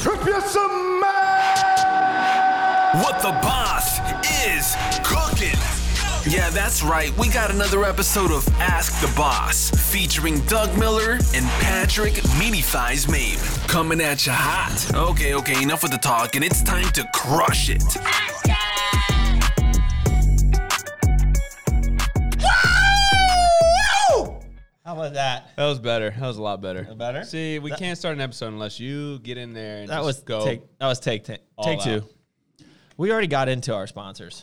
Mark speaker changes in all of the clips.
Speaker 1: Strip you some man.
Speaker 2: What the boss is cooking. Yeah, that's right. We got another episode of Ask the Boss featuring Doug Miller and Patrick Meaty Thighs Mabe coming at you hot. Okay, okay, enough with the talk, and it's time to crush it.
Speaker 3: How was that?
Speaker 4: That was better. That was a lot better.
Speaker 3: Better?
Speaker 4: See, we can't start an episode unless you get in there and
Speaker 3: That was
Speaker 4: just go.
Speaker 3: take. That was take take,
Speaker 4: all
Speaker 3: take
Speaker 4: out.
Speaker 3: two. We already got into our sponsors.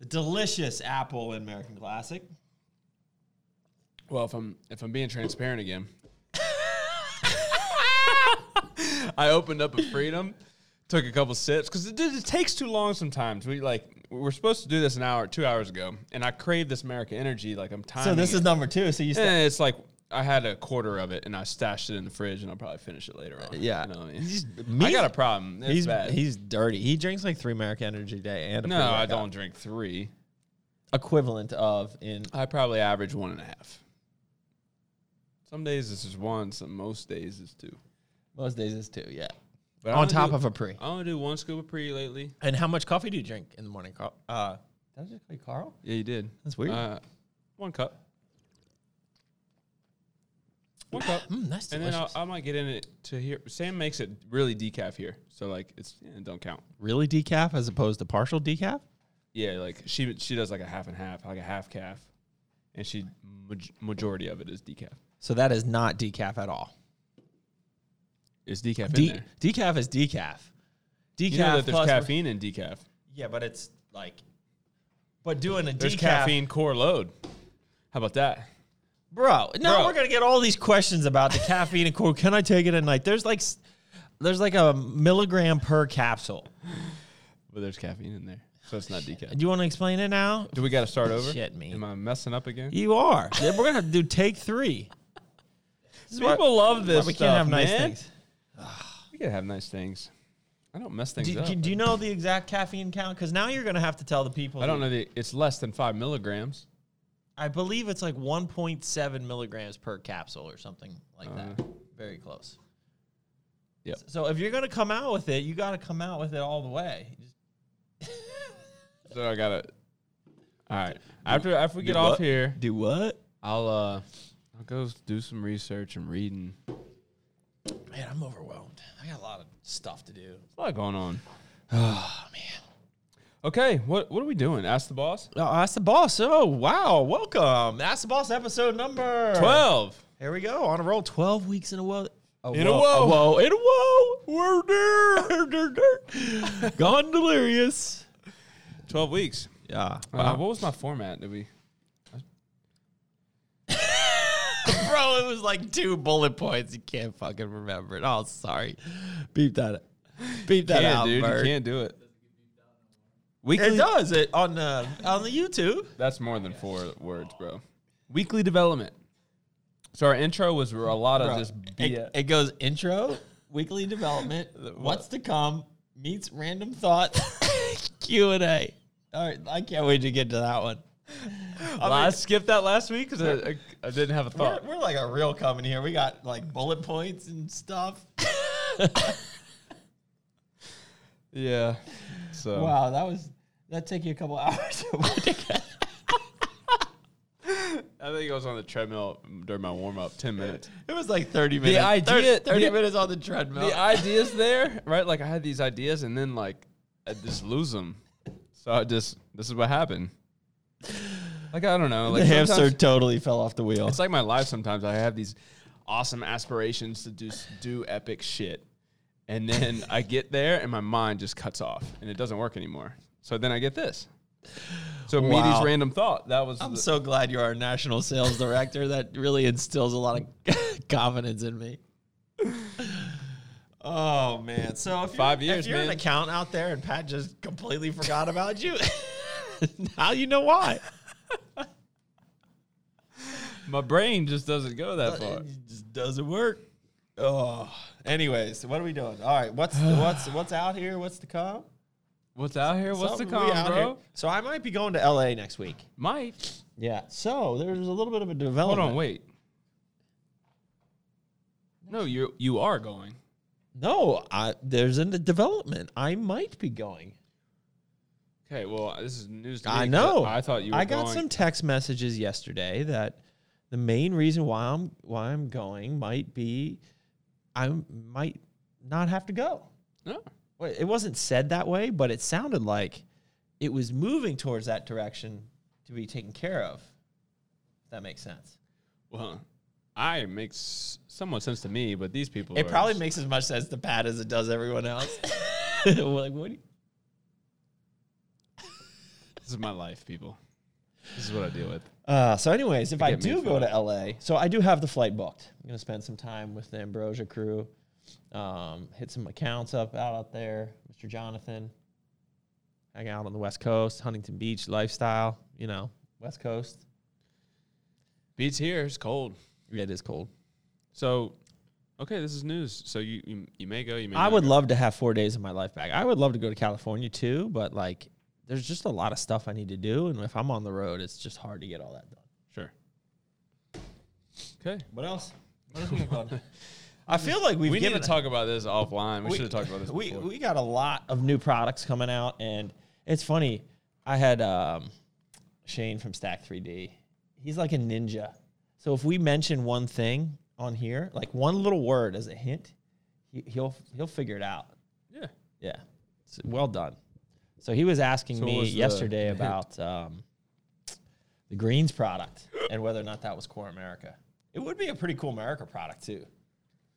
Speaker 3: The delicious apple in American Classic.
Speaker 4: Well, if I'm if I'm being transparent again, I opened up a freedom, took a couple sips because it, it takes too long sometimes. We like we we're supposed to do this an hour, two hours ago, and I crave this America Energy. Like I'm tired.
Speaker 3: So this is number two. So you sta-
Speaker 4: Eh, it's like I had a quarter of it and I stashed it in the fridge, and I'll probably finish it later on.
Speaker 3: yeah.
Speaker 4: You know what I mean?
Speaker 3: He's-
Speaker 4: I
Speaker 3: me-
Speaker 4: got a problem. It's
Speaker 3: he's
Speaker 4: bad.
Speaker 3: he's dirty. He drinks like three American Energy a day and a
Speaker 4: no, I
Speaker 3: pre-workout.
Speaker 4: don't drink three.
Speaker 3: equivalent of in
Speaker 4: I probably average one and a half. Some days this is one, some most days it's two.
Speaker 3: most days is two. Yeah.
Speaker 4: But I
Speaker 3: On
Speaker 4: only
Speaker 3: top
Speaker 4: do-
Speaker 3: of a pre.
Speaker 4: I only do one scoop of pre lately.
Speaker 3: And how much coffee do you drink in the morning, Carl? Uh, did I just call you Carl?
Speaker 4: Yeah, you did.
Speaker 3: That's weird.
Speaker 4: Uh, one cup. One cup.
Speaker 3: Mm, that's
Speaker 4: and then
Speaker 3: delicious.
Speaker 4: I'll, I might get in it to here. Sam makes it really decaf here, so like it's yeah, it don't count.
Speaker 3: really decaf as opposed to partial decaf?
Speaker 4: Yeah, like she she does like a half and half, like a half calf, and she maj- majority of it is decaf.
Speaker 3: So that is not decaf at all.
Speaker 4: Is decaf in
Speaker 3: De-
Speaker 4: there?
Speaker 3: decaf is decaf. Decaf
Speaker 4: You know that there's
Speaker 3: plus
Speaker 4: caffeine in decaf.
Speaker 3: Yeah, but it's like, but doing a
Speaker 4: There's
Speaker 3: decaf,
Speaker 4: caffeine core load. How about that?
Speaker 3: bro. Now
Speaker 4: Bro.
Speaker 3: we're gonna get all these questions about the caffeine and cool. Can I take it at night? There's like, s- there's like a milligram per capsule.
Speaker 4: But there's caffeine in there, so it's not
Speaker 3: Do
Speaker 4: decaf.
Speaker 3: you want to explain it now?
Speaker 4: Do we got to start over?
Speaker 3: Shit, me.
Speaker 4: Am I messing up again?
Speaker 3: You are. Then we're gonna have to do take three. This is why-
Speaker 4: People love
Speaker 3: why
Speaker 4: this.
Speaker 3: we
Speaker 4: stuff,
Speaker 3: can't have nice
Speaker 4: man.
Speaker 3: things.
Speaker 4: We can have nice things. I don't mess things
Speaker 3: Do,
Speaker 4: up.
Speaker 3: do, do you know the exact caffeine count? Because now you're gonna have to tell the people.
Speaker 4: I don't
Speaker 3: the-
Speaker 4: know. The, it's less than five milligrams.
Speaker 3: I believe it's like 1.7 milligrams per capsule or something like that. Very close.
Speaker 4: Yep.
Speaker 3: So if you're gonna come out with it, you got to come out with it all the way. You just-
Speaker 4: So I gotta. All right. After after we get off here,
Speaker 3: Do what?
Speaker 4: I'll uh, I'll go do some research and reading.
Speaker 3: Man, I'm overwhelmed. I got a lot of stuff to do.
Speaker 4: A lot going on. Oh man. Okay. What what are we doing? Ask the boss.
Speaker 3: Oh, that's the boss. Oh wow, welcome. That's the boss episode number
Speaker 4: Twelve.
Speaker 3: Here we go on a roll. Twelve weeks in a row.
Speaker 4: In a woe.
Speaker 3: whoa, in a whoa. We're there. Gone delirious.
Speaker 4: Twelve weeks.
Speaker 3: Yeah.
Speaker 4: Uh, what was my format? Did we?
Speaker 3: Bro, it was like two bullet points. You can't fucking remember it. Oh, sorry. Beep that. Beep that
Speaker 4: Can't,
Speaker 3: out,
Speaker 4: dude.
Speaker 3: Bert.
Speaker 4: You can't do it.
Speaker 3: It
Speaker 4: Weekly.
Speaker 3: does it on the on the YouTube.
Speaker 4: That's more than four words, bro. Weekly development. So our intro was a lot of just BS.
Speaker 3: It, it goes intro, weekly development, what's to come, meets random thoughts, Q and A. All right, I can't wait to get to that one.
Speaker 4: Well, I skipped that last week because I, I, I didn't have a
Speaker 3: We're,
Speaker 4: thought.
Speaker 3: we're like a real company here. We got like bullet points and stuff.
Speaker 4: Yeah. So
Speaker 3: Wow, that was that take you a couple hours.
Speaker 4: I think I was on the treadmill during my warm up, ten minutes.
Speaker 3: It was like 30 minutes.
Speaker 4: minutes. idea-
Speaker 3: 30,
Speaker 4: 30 the-
Speaker 3: minutes on the treadmill.
Speaker 4: The ideas there, right? Like I had these ideas and then like I just lose them. So I just this is what happened. Like I don't know. Like sometimes-
Speaker 3: totally fell off the wheel.
Speaker 4: It's like my life sometimes. I have these awesome aspirations to do do epic shit. And then I get there and my mind just cuts off and it doesn't work anymore. So then I get this. So
Speaker 3: Wow.
Speaker 4: Meaty's random thought. That was
Speaker 3: I'm
Speaker 4: the-
Speaker 3: so glad you're our national sales director. That really instills a lot of confidence in me. Oh man! So if
Speaker 4: Five
Speaker 3: you're,
Speaker 4: years,
Speaker 3: if you're an
Speaker 4: man.
Speaker 3: account out there, and Pat just completely forgot about you, now you know why.
Speaker 4: my brain just doesn't go that far.
Speaker 3: It just doesn't work. Oh, anyways, what are we doing? All right, what's what's what's out here? What's to come?
Speaker 4: What's out here? What's the
Speaker 3: Something we
Speaker 4: con,
Speaker 3: out
Speaker 4: bro?
Speaker 3: here- So I might be going to LA next week.
Speaker 4: Mike.
Speaker 3: Yeah. So there's a little bit of a
Speaker 4: Hold
Speaker 3: development.
Speaker 4: on, wait. No, you you are going.
Speaker 3: No, I, there's a development. I might be going.
Speaker 4: Okay, well, this is news to me.
Speaker 3: I
Speaker 4: 'cause
Speaker 3: know.
Speaker 4: I thought you were
Speaker 3: I got
Speaker 4: going-
Speaker 3: some text messages yesterday that the main reason why I'm why I'm going might be I might not have to go.
Speaker 4: No.
Speaker 3: Well, It wasn't said that way, but it sounded like it was moving towards that direction to be taken care of. If that makes sense.
Speaker 4: Well, I makes somewhat sense to me, but these people.
Speaker 3: It
Speaker 4: are
Speaker 3: probably
Speaker 4: just-
Speaker 3: makes as much sense to Pat as it does everyone else. We're like, what? do you-
Speaker 4: This is my life, people. This is what I deal with.
Speaker 3: Uh, so, anyways, if I
Speaker 4: Get me
Speaker 3: do
Speaker 4: for
Speaker 3: go
Speaker 4: that.
Speaker 3: to LA, so I do have the flight booked. I'm gonna spend some time with the Ambrosia crew, um, hit some accounts up out out there, Mr. Jonathan, hang out on the West Coast, Huntington Beach lifestyle. You know, West Coast.
Speaker 4: Beats here. It's cold.
Speaker 3: Yeah, it is cold.
Speaker 4: So, okay, this is news. So you you, you may go. You may.
Speaker 3: I
Speaker 4: not
Speaker 3: would
Speaker 4: go.
Speaker 3: love to have four days of my life back. I would love to go to California too, but like, there's just a lot of stuff I need to do, and if I'm on the road, it's just hard to get all that done.
Speaker 4: Sure. Okay.
Speaker 3: What else? What else we got going? I feel like we've
Speaker 4: We need
Speaker 3: given
Speaker 4: to talk about this offline. We,
Speaker 3: we-
Speaker 4: should have talked about this.
Speaker 3: We
Speaker 4: before.
Speaker 3: we got a lot of new products coming out, and it's funny. I had um, Shane from Stack 3D. He's like a ninja. So if we mention one thing on here, like one little word as a hint, he, he'll he'll figure it out.
Speaker 4: yeah.
Speaker 3: Yeah. So, well done. So he was asking
Speaker 4: So what
Speaker 3: me
Speaker 4: was the
Speaker 3: yesterday
Speaker 4: hint?
Speaker 3: about um, the greens product and whether or not that was Core America. It would be a pretty cool America product too.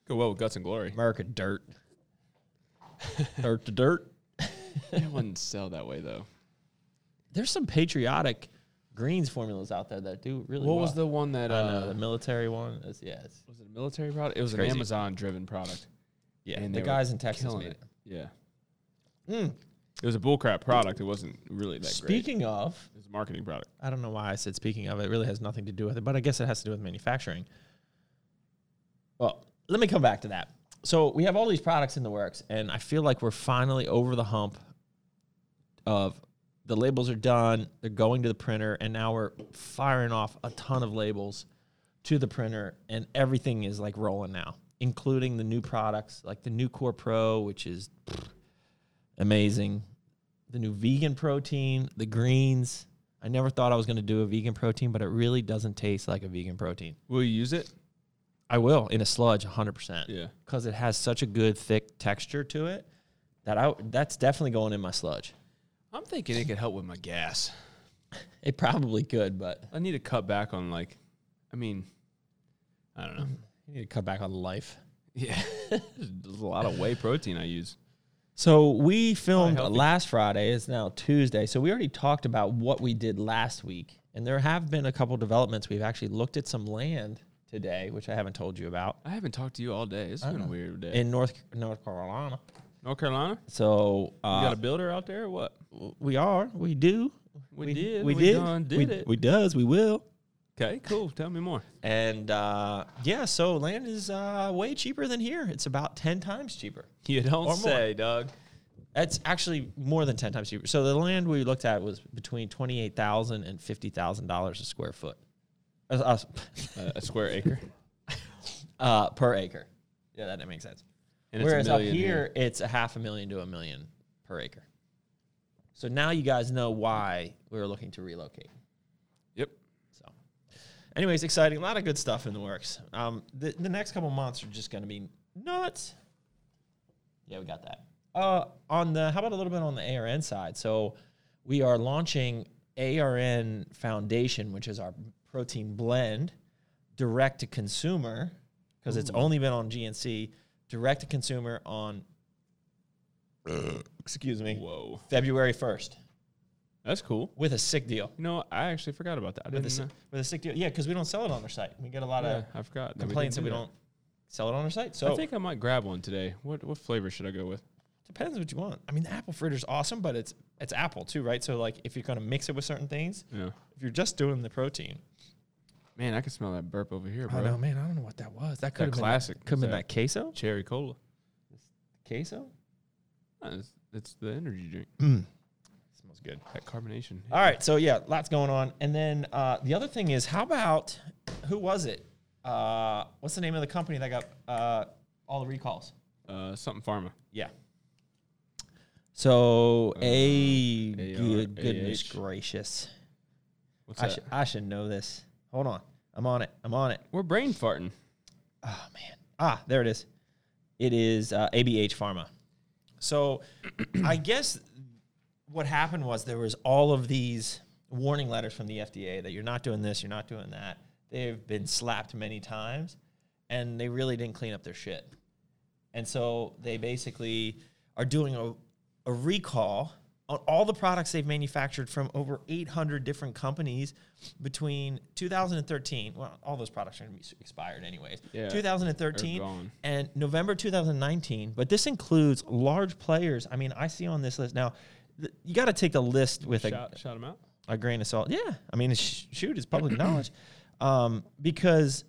Speaker 4: Go well with guts and glory.
Speaker 3: America dirt. dirt to dirt.
Speaker 4: It wouldn't sell that way though.
Speaker 3: There's some patriotic greens formulas out there that do really
Speaker 4: What
Speaker 3: well.
Speaker 4: was the one that?
Speaker 3: I know,
Speaker 4: Uh,
Speaker 3: the military one? It's, yeah, it's,
Speaker 4: was it a military product? It was
Speaker 3: crazy.
Speaker 4: an Amazon-driven product.
Speaker 3: yeah.
Speaker 4: and
Speaker 3: the
Speaker 4: they were
Speaker 3: guys in Texas
Speaker 4: killing
Speaker 3: made it. Hmm.
Speaker 4: Yeah. It was a bullcrap product. It wasn't really that great.
Speaker 3: Speaking of,
Speaker 4: It was a marketing product.
Speaker 3: I don't know why I said speaking of. It really has nothing to do with it, but I guess it has to do with manufacturing. Well, let me come back to that. So we have all these products in the works, and I feel like we're finally over the hump of the labels are done, they're going to the printer, and now we're firing off a ton of labels to the printer, and everything is like rolling now, including the new products like the new Core Pro, which is pfft, amazing the new vegan protein, the greens. I never thought I was going to do a vegan protein, but it really doesn't taste like a vegan protein.
Speaker 4: Will you use it?
Speaker 3: I will in a sludge 100%.
Speaker 4: Yeah.
Speaker 3: Cuz it has such a good thick texture to it that I that's definitely going in my sludge.
Speaker 4: I'm thinking it could help with my gas.
Speaker 3: It probably could, but
Speaker 4: I need to cut back on like, I mean, I don't know.
Speaker 3: you need to cut back on the life.
Speaker 4: Yeah, there's a lot of whey protein I use.
Speaker 3: So we filmed
Speaker 4: healthy.
Speaker 3: last Friday. It's now Tuesday. So we already talked about what we did last week, and there have been a couple developments. We've actually looked at some land today, which I haven't told you about
Speaker 4: I haven't talked to you all day. This has been
Speaker 3: Uh-huh.
Speaker 4: a weird day.
Speaker 3: in North North Carolina.
Speaker 4: North Carolina,
Speaker 3: So uh,
Speaker 4: you got a builder out there or what?
Speaker 3: we are. We do.
Speaker 4: We did, we done did
Speaker 3: we,
Speaker 4: it.
Speaker 3: We does. We will.
Speaker 4: Okay, cool. Tell me more.
Speaker 3: And uh, yeah, so land is uh, way cheaper than here. It's about ten times cheaper.
Speaker 4: You don't
Speaker 3: Or more.
Speaker 4: say, Doug.
Speaker 3: That's actually more than ten times cheaper. So the land we looked at was between twenty eight thousand and fifty thousand dollars a square foot, uh, uh,
Speaker 4: Uh, a square acre,
Speaker 3: uh, per acre. Yeah, that didn't make sense.
Speaker 4: and
Speaker 3: Whereas up
Speaker 4: million
Speaker 3: here, it's a half a million to a million per acre. So now you guys know why we were looking to relocate.
Speaker 4: Yep.
Speaker 3: So, anyways, exciting. A lot of good stuff in the works. Um, the, the next couple months are just going to be nuts. Yeah, we got that. Uh, on the how about a little bit on the ARN side? So, we are launching ARN Foundation, which is our protein blend, direct to consumer, because it's only been on GNC. Direct to consumer on, excuse me,
Speaker 4: Whoa,
Speaker 3: February first
Speaker 4: that's cool.
Speaker 3: with a sick deal.
Speaker 4: You know, I actually forgot about that. I
Speaker 3: With a,
Speaker 4: didn't.
Speaker 3: sick-
Speaker 4: know.
Speaker 3: with a sick deal, yeah, because we don't sell it on our site. We get a lot
Speaker 4: Yeah,
Speaker 3: of
Speaker 4: I forgot. that
Speaker 3: uh, complaints that
Speaker 4: didn't
Speaker 3: we
Speaker 4: do
Speaker 3: don't Oh. sell it on our site. So
Speaker 4: I think I might grab one today. What what flavor should I go with?
Speaker 3: depends what you want. I mean, the apple fritter is awesome, but it's it's apple too, right? So like, if you're gonna mix it with certain things,
Speaker 4: Yeah.
Speaker 3: if you're just doing the protein,
Speaker 4: Man, I can smell that burp over here,
Speaker 3: I
Speaker 4: bro.
Speaker 3: don't know, man, I don't know what that was. That could
Speaker 4: That
Speaker 3: have
Speaker 4: classic.
Speaker 3: Could have been
Speaker 4: That
Speaker 3: that queso.
Speaker 4: Cherry cola.
Speaker 3: Queso
Speaker 4: Uh, It's, it's the energy drink.
Speaker 3: smells good.
Speaker 4: That carbonation.
Speaker 3: All right, so yeah, lots going on. And then uh, the other thing is, how about who was it? Uh, what's the name of the company that got uh, all the recalls?
Speaker 4: Uh, something pharma.
Speaker 3: Yeah. So a
Speaker 4: AR,
Speaker 3: good, goodness
Speaker 4: AH.
Speaker 3: gracious,
Speaker 4: What's
Speaker 3: I
Speaker 4: that?
Speaker 3: should I should know this. Hold on, I'm on it. I'm on it.
Speaker 4: We're brain farting.
Speaker 3: Oh man, ah, there it is. It is uh, ABH Pharma. So I guess what happened was there was all of these warning letters from the FDA that you're not doing this, you're not doing that. They've been slapped many times, and they really didn't clean up their shit. And so they basically are doing a, a recall on all the products they've manufactured from over 800 different companies between 2013. Well, all those products are going to be expired anyways.
Speaker 4: Yeah,
Speaker 3: 2013
Speaker 4: gone.
Speaker 3: and November 2019. But this includes large players. I mean, I see on this list now. th- You got to take the list with a,
Speaker 4: Shot, shot him out.
Speaker 3: a grain of salt. Yeah, I mean, sh- shoot, it's public knowledge, um, because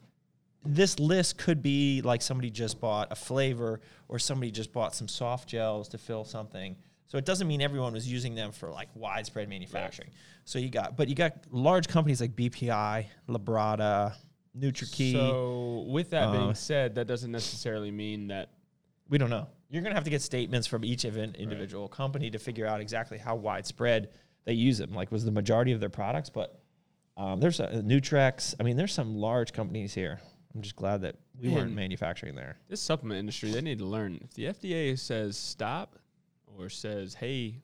Speaker 3: this list could be like somebody just bought a flavor, or somebody just bought some soft gels to fill something. So it doesn't mean everyone was using them for like widespread manufacturing. So you got, but you got large companies like BPI, Labrada, NutriKey.
Speaker 4: So, with that being said, that doesn't necessarily mean that
Speaker 3: we don't know. You're going to have to get statements from each of an individual company to figure out exactly how widespread they use them. Like, was the majority of their products? But um, there's uh, Nutrex. I mean, there's some large companies here. I'm just glad that we weren't
Speaker 4: Man.
Speaker 3: manufacturing there.
Speaker 4: this supplement industry they need to learn. If the FDA says stop or says hey,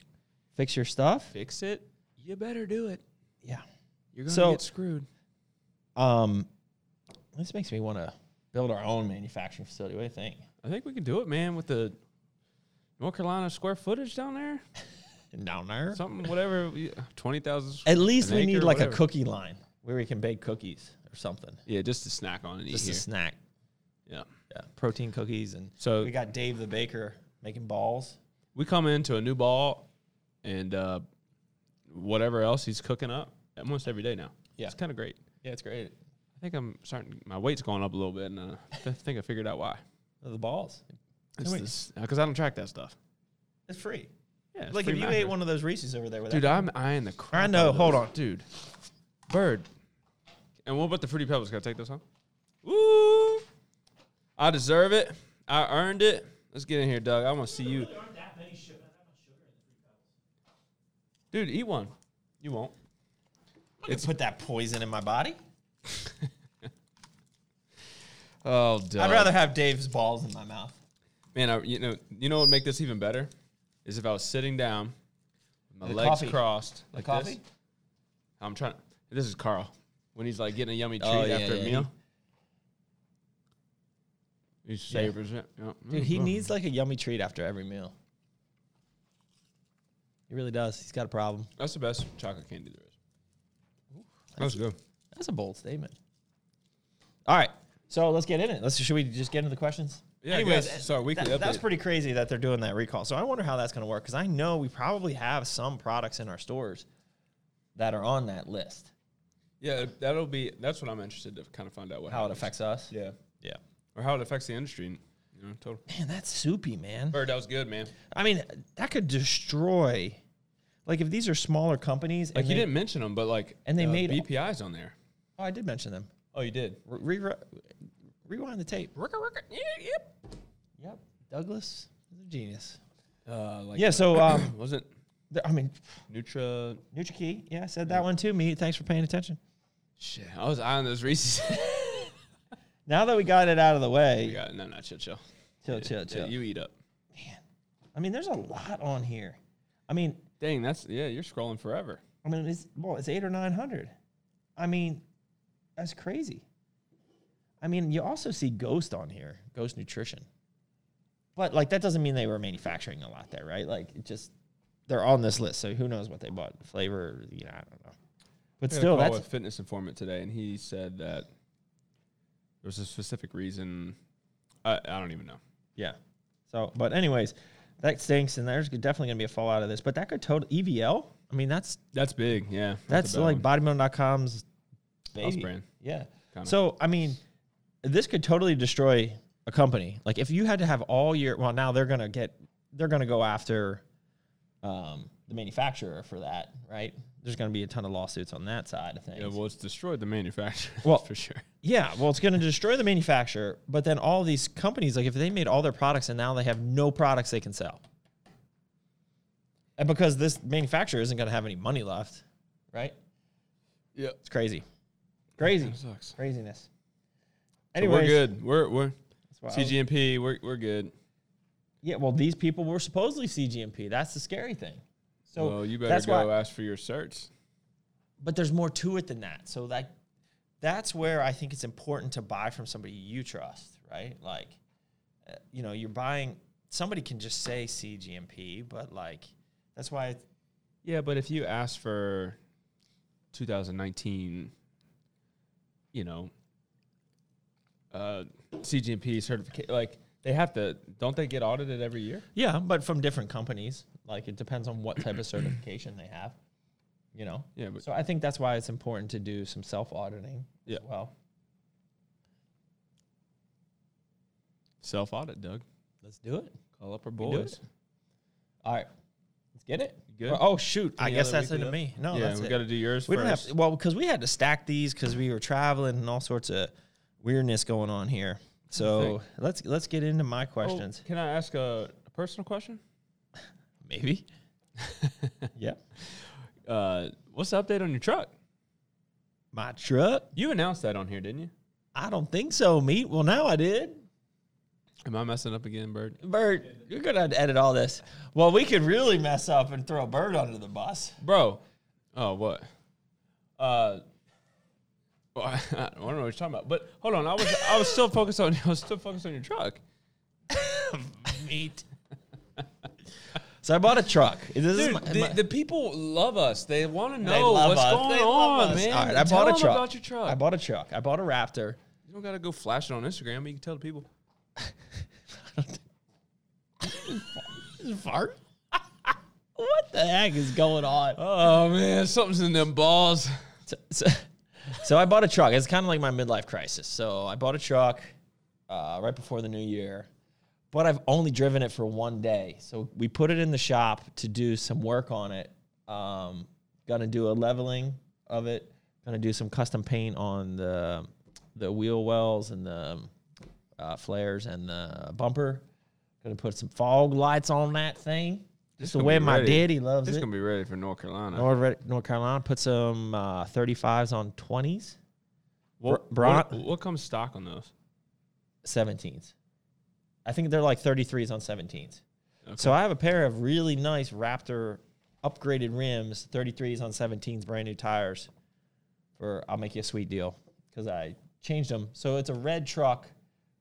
Speaker 3: Fix your stuff.
Speaker 4: fix it, you better do it.
Speaker 3: Yeah.
Speaker 4: You're gonna
Speaker 3: So-
Speaker 4: get screwed.
Speaker 3: Um, this makes me want to build our own manufacturing facility. What do you think?
Speaker 4: I think we can do it, man. With the North Carolina square footage down there,
Speaker 3: Down there.
Speaker 4: something whatever, twenty thousand.
Speaker 3: At least
Speaker 4: an
Speaker 3: we
Speaker 4: acre,
Speaker 3: need like a
Speaker 4: whatever.
Speaker 3: cookie line where we can bake cookies or something.
Speaker 4: Yeah, just to snack on and eat
Speaker 3: Just
Speaker 4: here.
Speaker 3: a snack.
Speaker 4: yeah.
Speaker 3: Yeah. Protein cookies and
Speaker 4: So
Speaker 3: we got Dave the baker making balls.
Speaker 4: we come into a new ball and uh, whatever else he's cooking up almost every day now.
Speaker 3: Yeah.
Speaker 4: It's kind of great.
Speaker 3: Yeah, it's great.
Speaker 4: I think I'm starting, my weight's going up a little bit, and uh, I think I figured out why.
Speaker 3: The balls.
Speaker 4: It's
Speaker 3: wait.
Speaker 4: this because I don't track that stuff.
Speaker 3: It's free.
Speaker 4: Yeah, it's
Speaker 3: like if
Speaker 4: free
Speaker 3: you
Speaker 4: macros.
Speaker 3: ate one of those Reese's over there with
Speaker 4: dude,
Speaker 3: that,
Speaker 4: I'm eyeing the crap.
Speaker 3: I
Speaker 4: out of
Speaker 3: know, hold
Speaker 4: those.
Speaker 3: on.
Speaker 4: dude. Bird. And what about the fruity pebbles? Can I take this home? Woo! I deserve it. I earned it. Let's get in here, Doug. I want to see you, dude. Eat one. You won't.
Speaker 3: it's put that poison in my body.
Speaker 4: Oh, Doug.
Speaker 3: I'd rather have Dave's balls in my mouth.
Speaker 4: Man, I, you know, you know what would make this even better is if I was sitting down, with my
Speaker 3: The
Speaker 4: legs
Speaker 3: coffee.
Speaker 4: crossed,
Speaker 3: The
Speaker 4: like
Speaker 3: coffee?
Speaker 4: this. I'm trying. This is Carl when he's like getting a yummy treat
Speaker 3: Oh, yeah,
Speaker 4: after
Speaker 3: yeah,
Speaker 4: a meal. He savors it. Yeah. Mm-hmm.
Speaker 3: Dude, he needs like a yummy treat after every meal. He really does. He's got a problem.
Speaker 4: That's the best chocolate candy there is. That's good.
Speaker 3: That's a bold statement. All right. So let's get in it. Let's should we just get into the questions?
Speaker 4: Yeah, I guess. So, our weekly
Speaker 3: that- that's
Speaker 4: update.
Speaker 3: pretty crazy that they're doing that recall. So I wonder how that's going to work because I know we probably have some products in our stores that are on that list.
Speaker 4: Yeah, that'll be. That's what I'm interested to kind of find out what
Speaker 3: How it
Speaker 4: happens.
Speaker 3: affects us?
Speaker 4: Yeah,
Speaker 3: yeah.
Speaker 4: or how it affects the industry. You know, total.
Speaker 3: Man, that's soupy, man.
Speaker 4: Bird, that was good, man.
Speaker 3: I mean, that could destroy. Like if these are smaller companies,
Speaker 4: Like
Speaker 3: and
Speaker 4: you
Speaker 3: they-
Speaker 4: didn't mention them, but like uh,
Speaker 3: and they made-
Speaker 4: BPI's on there.
Speaker 3: Oh, I did mention them.
Speaker 4: Oh, you did.
Speaker 3: Re- re- rewind the tape.
Speaker 4: Ricka, ricka. Yeah, yep.
Speaker 3: Yep, Douglas is a genius.
Speaker 4: Uh, like
Speaker 3: Yeah. So, um,
Speaker 4: was it
Speaker 3: th- I mean,
Speaker 4: Nutra?
Speaker 3: NutriKey. Yeah, I said that one too. Me. Thanks for paying attention.
Speaker 4: Shit, I was eyeing those Reese's.
Speaker 3: Now that we got it out of the
Speaker 4: You
Speaker 3: way,
Speaker 4: got- no, not chill, chill,
Speaker 3: chill, chill,
Speaker 4: Yeah,
Speaker 3: chill.
Speaker 4: you eat up.
Speaker 3: I mean, there's a lot on here. I mean,
Speaker 4: Dang, that's yeah. You're scrolling forever.
Speaker 3: I mean, it's well, it's eight or nine hundred. I mean, that's crazy. I mean, you also see Ghost on here, Ghost Nutrition, but like that doesn't mean they were manufacturing a lot there, right? Like, it just they're on this list, so who knows what they bought? Flavor, you know, I don't know. But
Speaker 4: I had a
Speaker 3: still,
Speaker 4: call
Speaker 3: that's
Speaker 4: with fitness informant today, and he said that there was a specific reason. I, I don't even know.
Speaker 3: yeah. So, but anyways, that stinks, and there's definitely gonna be a fallout of this. But that could total EVL. I mean, that's
Speaker 4: That's big. Yeah,
Speaker 3: That's
Speaker 4: a bad
Speaker 3: like
Speaker 4: one.
Speaker 3: bodybuilding.com's baby.
Speaker 4: brand.
Speaker 3: Yeah.
Speaker 4: Kinda.
Speaker 3: So I mean, this could totally destroy a company. Like if you had to have all your well, now they're gonna get they're gonna go after um, the manufacturer for that, right? There's going to be a ton of lawsuits on that side of things.
Speaker 4: Yeah, well, it's destroyed the manufacturer.
Speaker 3: Well-
Speaker 4: for sure.
Speaker 3: Yeah, well, it's going to destroy the manufacturer, but then all these companies, like if they made all their products and now they have no products they can sell, and because this manufacturer isn't going to have any money left, right?
Speaker 4: Yeah.
Speaker 3: It's crazy, crazy,
Speaker 4: Sucks.
Speaker 3: craziness.
Speaker 4: But
Speaker 3: Anyways,
Speaker 4: we're good. We're we're
Speaker 3: wild.
Speaker 4: CGMP. We're we're good.
Speaker 3: Yeah, well, these people were supposedly CGMP. That's the scary thing. So
Speaker 4: well, you better
Speaker 3: that's
Speaker 4: go
Speaker 3: why,
Speaker 4: ask for your certs.
Speaker 3: but there's more to it than that. So like, that's where I think it's important to buy from somebody you trust, right? Like, uh, you know, you're buying. Somebody can just say CGMP, but like, that's why. It's,
Speaker 4: Yeah, but if you ask for 2019, you know, uh, CGMP certificate, like they have to, don't they get audited every year?
Speaker 3: yeah, but from different companies. Like, it depends on what type of certification they have. You know.
Speaker 4: Yeah, but-
Speaker 3: so I think that's why it's important to do some self auditing.
Speaker 4: Yeah.
Speaker 3: As well,
Speaker 4: Self audit, Doug.
Speaker 3: let's do it.
Speaker 4: Call up our
Speaker 3: do it.
Speaker 4: boys.
Speaker 3: All right. Let's get it.
Speaker 4: You good?
Speaker 3: Or- Oh shoot! I
Speaker 4: Any
Speaker 3: guess
Speaker 4: other
Speaker 3: that's
Speaker 4: weekly
Speaker 3: into me. No,
Speaker 4: yeah,
Speaker 3: that's
Speaker 4: we
Speaker 3: it.
Speaker 4: got to do yours
Speaker 3: we
Speaker 4: 1st
Speaker 3: don't have well because we had to stack these because we were traveling and all sorts of weirdness going on here. So
Speaker 4: think?
Speaker 3: let's let's get into
Speaker 4: Oh,
Speaker 3: my questions.
Speaker 4: can I ask a, a personal question?
Speaker 3: Maybe. yeah.
Speaker 4: Uh, what's the update on your truck?
Speaker 3: My truck?
Speaker 4: You announced that on here, didn't you?
Speaker 3: I don't think so. Meat. Well, now I did.
Speaker 4: Am I messing up again, Bird?
Speaker 3: Bert, you're gonna have to edit all this. Well, we could really mess up and throw Bert under the bus.
Speaker 4: Bro. Oh, what? Uh, well, I don't know what you're talking about. But hold on, I was I was still focused on I was still focused on your truck.
Speaker 3: Meat. so I bought a truck. This is
Speaker 4: Dude,
Speaker 3: my-
Speaker 4: the,
Speaker 3: my-
Speaker 4: the people love us. They want to know
Speaker 3: They love
Speaker 4: what's
Speaker 3: us.
Speaker 4: going
Speaker 3: They love
Speaker 4: on,
Speaker 3: us.
Speaker 4: man.
Speaker 3: All right, I
Speaker 4: Tell
Speaker 3: bought a
Speaker 4: them
Speaker 3: truck.
Speaker 4: about your truck.
Speaker 3: I bought a truck. I bought a Raptor.
Speaker 4: you don't got to go flash it on Instagram. You can tell the people.
Speaker 3: Fart? what the heck is going on?
Speaker 4: Oh man, something's in them balls.
Speaker 3: So, so, so I bought a truck. It's kind of like my midlife crisis. So I bought a truck uh, right before the new year, but I've only driven it for one day. So we put it in the shop to do some work on it. Um, gonna do a leveling of it. Gonna do some custom paint on the the wheel wells and the uh, flares and the bumper. Gonna put some fog lights on that thing. Just the
Speaker 4: gonna
Speaker 3: way
Speaker 4: be
Speaker 3: my
Speaker 4: ready.
Speaker 3: daddy loves
Speaker 4: This
Speaker 3: it.
Speaker 4: is gonna be ready for North Carolina.
Speaker 3: North, Red- North Carolina put some uh, 35s on 20s,
Speaker 4: what,
Speaker 3: Bro-
Speaker 4: what,
Speaker 3: Bron-
Speaker 4: what comes stock on those?
Speaker 3: 17s. I think they're like 33s on 17s. So I have a pair of really nice Raptor upgraded rims, 33s on 17s, brand new tires. For I'll make you a sweet deal because I changed them. So it's a red truck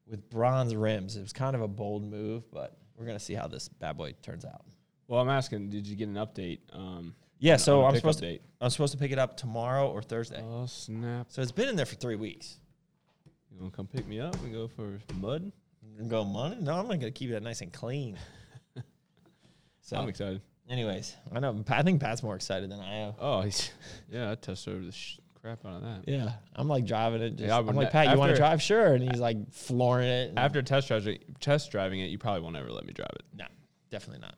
Speaker 3: with bronze rims. It was kind of a bold move, but we're gonna see how this bad boy turns out.
Speaker 4: Well, I'm asking, did you get an update? Um,
Speaker 3: Yeah,
Speaker 4: on
Speaker 3: so
Speaker 4: the
Speaker 3: I'm
Speaker 4: pickup
Speaker 3: supposed
Speaker 4: date?
Speaker 3: to I'm supposed to pick it up tomorrow or Thursday.
Speaker 4: Oh snap!
Speaker 3: So it's been in there for three weeks.
Speaker 4: You gonna come pick me up and go for mud?
Speaker 3: Go money? No, I'm gonna keep that nice and clean.
Speaker 4: I'm
Speaker 3: so,
Speaker 4: excited.
Speaker 3: anyways, I know. I think Pat's more excited than I am.
Speaker 4: Oh, he's yeah. I test over the sh- crap out of that.
Speaker 3: Yeah, I'm like driving it. Just,
Speaker 4: Yeah, I
Speaker 3: I'm
Speaker 4: would
Speaker 3: like
Speaker 4: ne-
Speaker 3: Pat, you want to
Speaker 4: after-
Speaker 3: drive? Sure, and he's like flooring it. and-
Speaker 4: After test driving, test driving it, you probably won't ever let me drive it
Speaker 3: no, definitely not.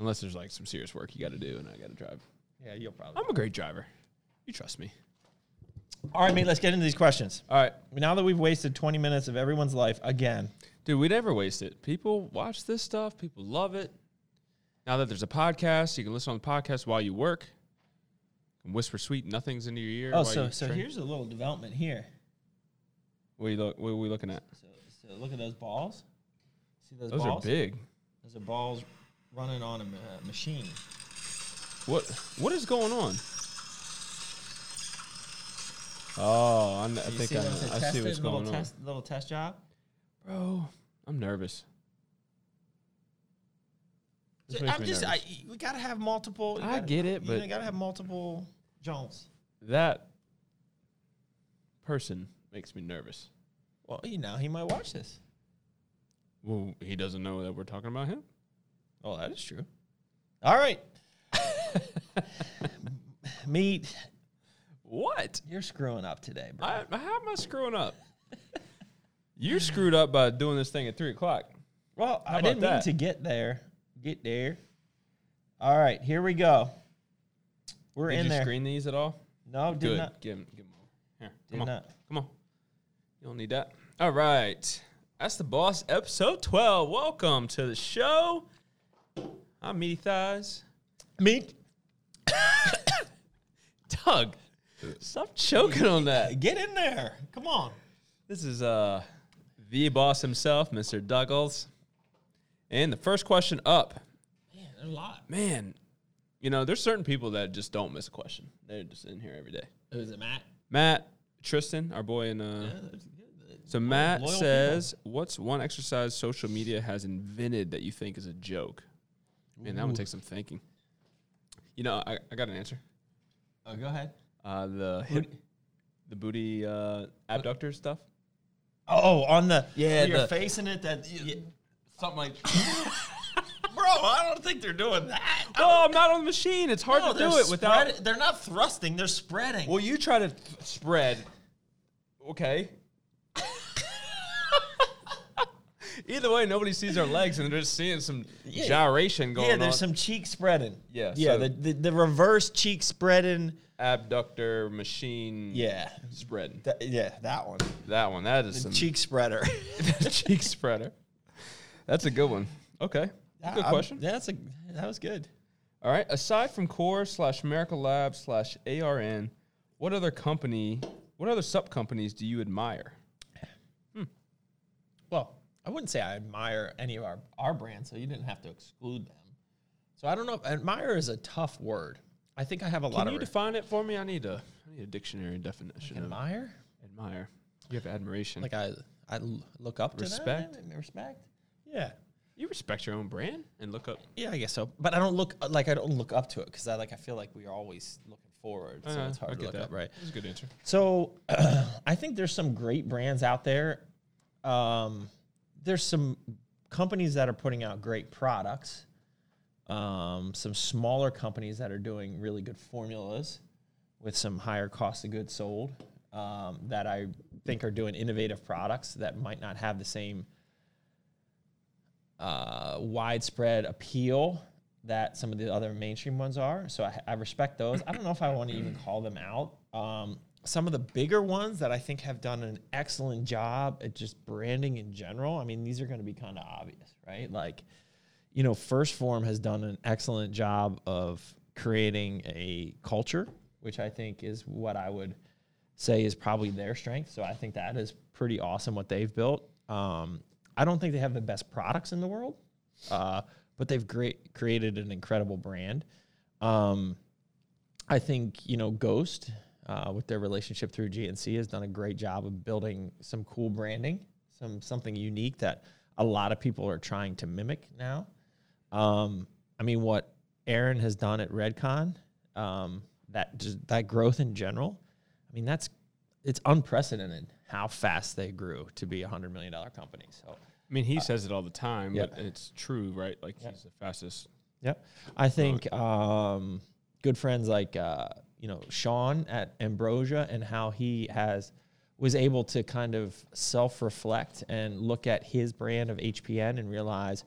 Speaker 4: unless there's like some serious work you got to do and I got to drive.
Speaker 3: Yeah, you'll probably.
Speaker 4: I'm a great driver. You trust me.
Speaker 3: All right, mate. Let's get into these questions.
Speaker 4: All right,
Speaker 3: Now that we've wasted 20 minutes of everyone's life again,
Speaker 4: dude. We never waste it. People watch this stuff. People love it. Now that there's a podcast, you can listen on the podcast while you work. And whisper sweet nothings into your ear.
Speaker 3: oh,
Speaker 4: while
Speaker 3: so
Speaker 4: you
Speaker 3: so
Speaker 4: train.
Speaker 3: here's a little development here.
Speaker 4: what you look. What are we looking at?
Speaker 3: So, so look at those balls. See those,
Speaker 4: Those
Speaker 3: balls?
Speaker 4: are big.
Speaker 3: Those are balls running on a ma- uh, machine.
Speaker 4: What what is going on? Oh, I'm, I
Speaker 3: Do you
Speaker 4: think
Speaker 3: see
Speaker 4: I,
Speaker 3: those? They
Speaker 4: I see
Speaker 3: tested,
Speaker 4: what's
Speaker 3: little
Speaker 4: going on,
Speaker 3: test, Little test job.
Speaker 4: bro. I'm nervous. This makes
Speaker 3: I'm
Speaker 4: me
Speaker 3: just, I,
Speaker 4: nervous.
Speaker 3: we gotta have multiple. you
Speaker 4: I
Speaker 3: gotta-
Speaker 4: get it,
Speaker 3: you
Speaker 4: but-
Speaker 3: know, gotta have multiple Jones.
Speaker 4: that person makes me nervous.
Speaker 3: Well, you know, he might watch this.
Speaker 4: Well, he doesn't know that we're talking about him.
Speaker 3: Oh, that is true. All right, meet.
Speaker 4: What?
Speaker 3: You're screwing up today, bro.
Speaker 4: I, how am I screwing up? you screwed up by doing this thing at three o'clock.
Speaker 3: well, I
Speaker 4: about
Speaker 3: didn't mean
Speaker 4: that?
Speaker 3: to get there. Get there. All right, here we go. We're
Speaker 4: Did
Speaker 3: in
Speaker 4: you
Speaker 3: there.
Speaker 4: screen these at all?
Speaker 3: No, did
Speaker 4: Good.
Speaker 3: not.
Speaker 4: Give 'em- give 'em all. Here,
Speaker 3: Did
Speaker 4: come on.
Speaker 3: not.
Speaker 4: Come on. You don't need that. All right. That's the boss, episode 12. Welcome to the show. I'm Meaty Thighs.
Speaker 3: Meat.
Speaker 4: Doug, stop choking on that.
Speaker 3: Get in there. Come on.
Speaker 4: This is uh the boss himself, Mr. Douglas. And the first question up.
Speaker 3: Man, there's a lot.
Speaker 4: Man, you know, there's certain people that just don't miss a question. They're just in here every day.
Speaker 3: Is it Matt?
Speaker 4: Matt, Tristan, our boy in uh So Matt
Speaker 3: loyal
Speaker 4: says, "What's one exercise social media has invented that you think is a joke?" Man, that one takes some thinking. You know, I, I got an answer.
Speaker 3: Oh, go ahead.
Speaker 4: Uh, the hip, the booty uh, abductor stuff.
Speaker 3: Oh, on the
Speaker 4: Yeah,
Speaker 3: where you're
Speaker 4: the-
Speaker 3: facing it. That something like. Bro, I don't think they're doing that.
Speaker 4: Oh, I'm not on the machine. It's hard
Speaker 3: No,
Speaker 4: to
Speaker 3: they're
Speaker 4: do it without.
Speaker 3: spread- They're not thrusting. They're spreading.
Speaker 4: Well, you try to th- spread. Okay. Either way, nobody sees their legs, and they're just seeing some gyration going on.
Speaker 3: yeah, there's some cheek spreading.
Speaker 4: Yeah,
Speaker 3: yeah.
Speaker 4: so-
Speaker 3: the, the the reverse cheek spreading.
Speaker 4: abductor machine.
Speaker 3: Yeah,
Speaker 4: spread.
Speaker 3: That- yeah, that one.
Speaker 4: That one. That is some
Speaker 3: Cheek spreader.
Speaker 4: cheek spreader. That's a good one. Okay. Good
Speaker 3: I'm-
Speaker 4: question.
Speaker 3: That's a that was good.
Speaker 4: All right. Aside from Core slash Miracle Lab slash ARN, what other company, what other sub companies do you admire?
Speaker 3: Well, I wouldn't say I admire any of our our brands, so you didn't have to exclude them. So I don't know. if Admire is a tough word. I think I have a lot
Speaker 4: Can
Speaker 3: of
Speaker 4: you
Speaker 3: re-
Speaker 4: define it for me? I need a, I need a dictionary definition of
Speaker 3: admire.
Speaker 4: admire. You have admiration.
Speaker 3: Like I I l- look up to them,
Speaker 4: Respect?
Speaker 3: and respect. Yeah.
Speaker 4: you respect your own brand and look up.
Speaker 3: Yeah, I guess so. But I don't look uh, like I don't look up to it because I like I feel like we are always looking forward, so
Speaker 4: Uh,
Speaker 3: it's hard
Speaker 4: I
Speaker 3: to
Speaker 4: get
Speaker 3: look
Speaker 4: that.
Speaker 3: up, right?
Speaker 4: That's a good answer.
Speaker 3: So I think there's some great brands out there. Um, there's some companies that are putting out great products. Um, some smaller companies that are doing really good formulas with some higher cost of goods sold um, that I think are doing innovative products that might not have the same uh, widespread appeal that some of the other mainstream ones are. So I, I respect those. I don't know if I want to even call them out. Um, some of the bigger ones that I think have done an excellent job at just branding in general. I mean, these are going to be kind of obvious, right? Like, you know, First Form has done an excellent job of creating a culture, which I think is what I would say is probably their strength. So I think that is pretty awesome what they've built. Um, I don't think they have the best products in the world, uh, but they've great, created an incredible brand. Um, I think you know Ghost uh, with their relationship through GNC has done a great job of building some cool branding, some something unique that a lot of people are trying to mimic now. Um, I mean, what Aaron has done at Redcon, um, that just, that growth in general, I mean, that's it's unprecedented how fast they grew to be a hundred million dollar company. So,
Speaker 4: I mean, he says it all the time,
Speaker 3: Uh, yeah.
Speaker 4: but it's true, right? Like he's the fastest.
Speaker 3: Yep. I think um, good friends like uh, you know Sean at Ambrosia and how he has was able to kind of self-reflect and look at his brand of HPN and realize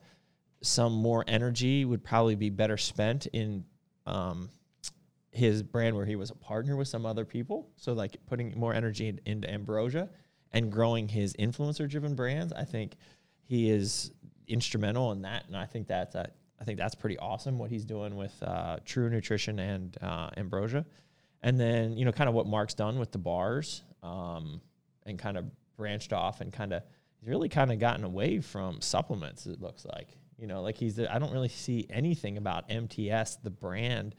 Speaker 3: some more energy would probably be better spent in um, his brand where he was a partner with some other people. So like putting more energy in- into Ambrosia and growing his influencer driven brands. I think he is instrumental in that, and I think that's uh, I think that's pretty awesome what he's doing with uh, True Nutrition and uh, Ambrosia, and then you know kind of what Mark's done with the bars um, and kind of branched off and kind of he's really kind of gotten away from supplements. It looks like you know like he's I don't really see anything about MTS the brand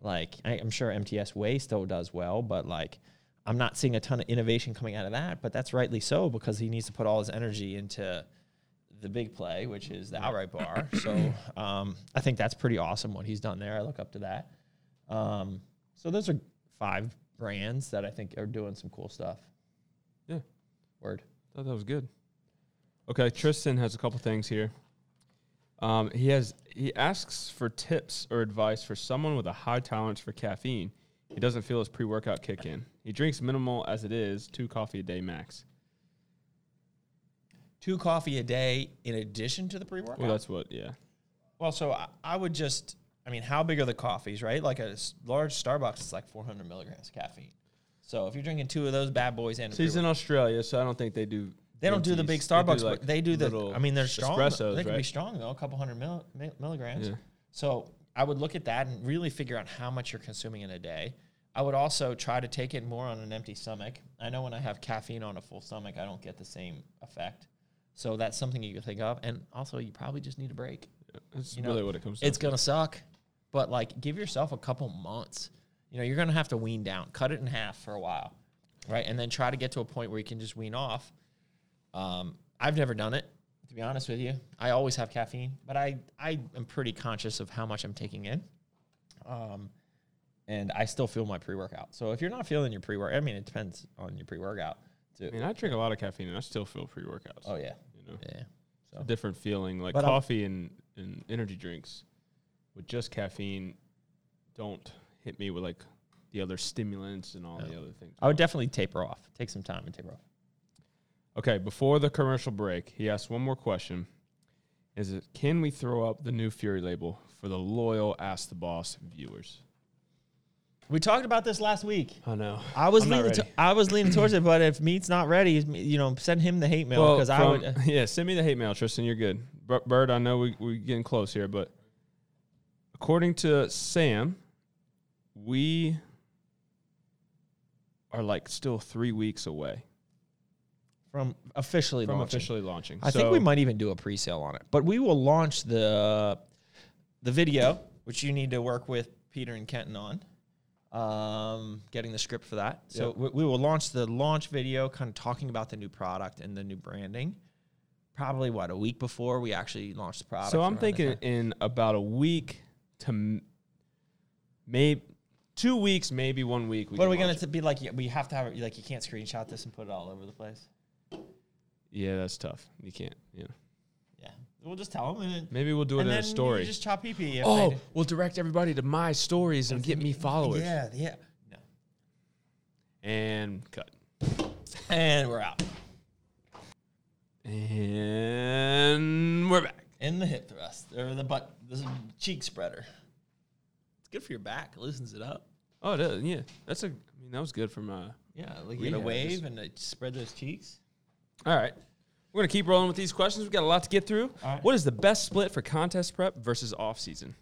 Speaker 3: like I, I'm sure MTS Way still does well, but like I'm not seeing a ton of innovation coming out of that. But that's rightly so because he needs to put all his energy into the big play, which is the outright bar. so um, I think that's pretty awesome what he's done there. I look up to that. Um, so those are five brands that I think are doing some cool stuff.
Speaker 4: Yeah.
Speaker 3: Word.
Speaker 4: Thought that was good. Okay, Tristan has a couple things here. Um, he has he asks for tips or advice for someone with a high tolerance for caffeine. He doesn't feel his pre workout kick in. He drinks minimal as it is, two coffee a day max.
Speaker 3: Two coffee a day in addition to the pre workout.
Speaker 4: Well, that's what. Yeah,
Speaker 3: Well, so I, I would just I mean, how big are the coffees, right? Like a s- large Starbucks is like 400 milligrams of caffeine. So if you're drinking two of those bad boys and a
Speaker 4: So he's in
Speaker 3: pre-workout-
Speaker 4: Australia, so I don't think they do.
Speaker 3: they don't do the
Speaker 4: teas.
Speaker 3: big
Speaker 4: They
Speaker 3: Starbucks,
Speaker 4: like
Speaker 3: but they do the.
Speaker 4: little
Speaker 3: I mean, they're strong.
Speaker 4: espressos,
Speaker 3: they can be
Speaker 4: right?
Speaker 3: strong though, a couple hundred mil, mi- milligrams.
Speaker 4: Yeah.
Speaker 3: So I would look at that and really figure out how much you're consuming in a day. I would also try to take it more on an empty stomach. I know when I have caffeine on a full stomach, I don't get the same effect. So that's something you can think of, and also you probably just need a break.
Speaker 4: That's
Speaker 3: you know,
Speaker 4: really what it comes.
Speaker 3: It's
Speaker 4: down
Speaker 3: gonna suck, but like give yourself a couple months. You know, you're gonna have to wean down, cut it in half for a while, right? And then try to get to a point where you can just wean off. Um, I've never done it, to be honest with you. I always have caffeine, but I I am pretty conscious of how much I'm taking in. Um, and I still feel my pre workout. So if you're not feeling your pre workout, I mean, it depends on your pre workout too.
Speaker 4: to. I mean, I drink a lot of caffeine, and I still feel pre-workouts.
Speaker 3: Oh yeah,
Speaker 4: you know,
Speaker 3: yeah.
Speaker 4: It's a different feeling. Like
Speaker 3: But I'm-
Speaker 4: coffee and, and energy drinks with just caffeine don't hit me with like the other stimulants and all the other things.
Speaker 3: I would definitely taper off. Take some time and taper off.
Speaker 4: Okay, before the commercial break, he asked one more question. Is it can we throw up the new Fury label for the loyal Ask the Boss viewers?
Speaker 3: We talked about this last week.
Speaker 4: I know.
Speaker 3: I was leaning. To, I was leaning towards it, but if Meat's not ready, you know, send him the hate mail
Speaker 4: Well,
Speaker 3: because I
Speaker 4: from-
Speaker 3: would. uh,
Speaker 4: yeah, send me the hate mail, Tristan. You're good. Bir- Bird, I know we, we're getting close here, but according to Sam, we are like still three weeks away
Speaker 3: From officially
Speaker 4: from
Speaker 3: launching.
Speaker 4: officially launching.
Speaker 3: I
Speaker 4: So-
Speaker 3: think we might even do a pre-sale on it, but we will launch the the video, which you need to work with Peter and Kenton on, um, getting the script for that. So
Speaker 4: Yep.
Speaker 3: we, we will launch the launch video, kind of talking about the new product and the new branding. Probably what a week before we actually launch the product.
Speaker 4: So I'm
Speaker 3: around that
Speaker 4: thinking
Speaker 3: time.
Speaker 4: in about a week to maybe two weeks, maybe one week.
Speaker 3: What are
Speaker 4: can
Speaker 3: we gonna
Speaker 4: launch
Speaker 3: t- be like? yeah, We have to have it. Like you can't screenshot this and put it all over the place.
Speaker 4: it. Yeah, that's tough. You can't. Yeah,
Speaker 3: Yeah, we'll just tell them. And then-
Speaker 4: maybe we'll do it
Speaker 3: and
Speaker 4: in a
Speaker 3: then you
Speaker 4: story.
Speaker 3: just chop pee pee.
Speaker 4: Oh, we'll direct everybody to my stories and get me followers.
Speaker 3: yeah, yeah. No.
Speaker 4: And cut.
Speaker 3: And we're out
Speaker 4: And we're back.
Speaker 3: in the hip thrust or the butt, the cheek spreader. It's good for your back. It loosens it up.
Speaker 4: Oh, it is, yeah. That's a. I mean, that was good for my.
Speaker 3: Yeah, like you
Speaker 4: We
Speaker 3: get a
Speaker 4: have
Speaker 3: wave
Speaker 4: this-
Speaker 3: and it spread those cheeks.
Speaker 4: All right. We're gonna keep rolling with these questions. We've got a lot to get through.
Speaker 3: All right.
Speaker 4: What is the best split for contest prep versus off season?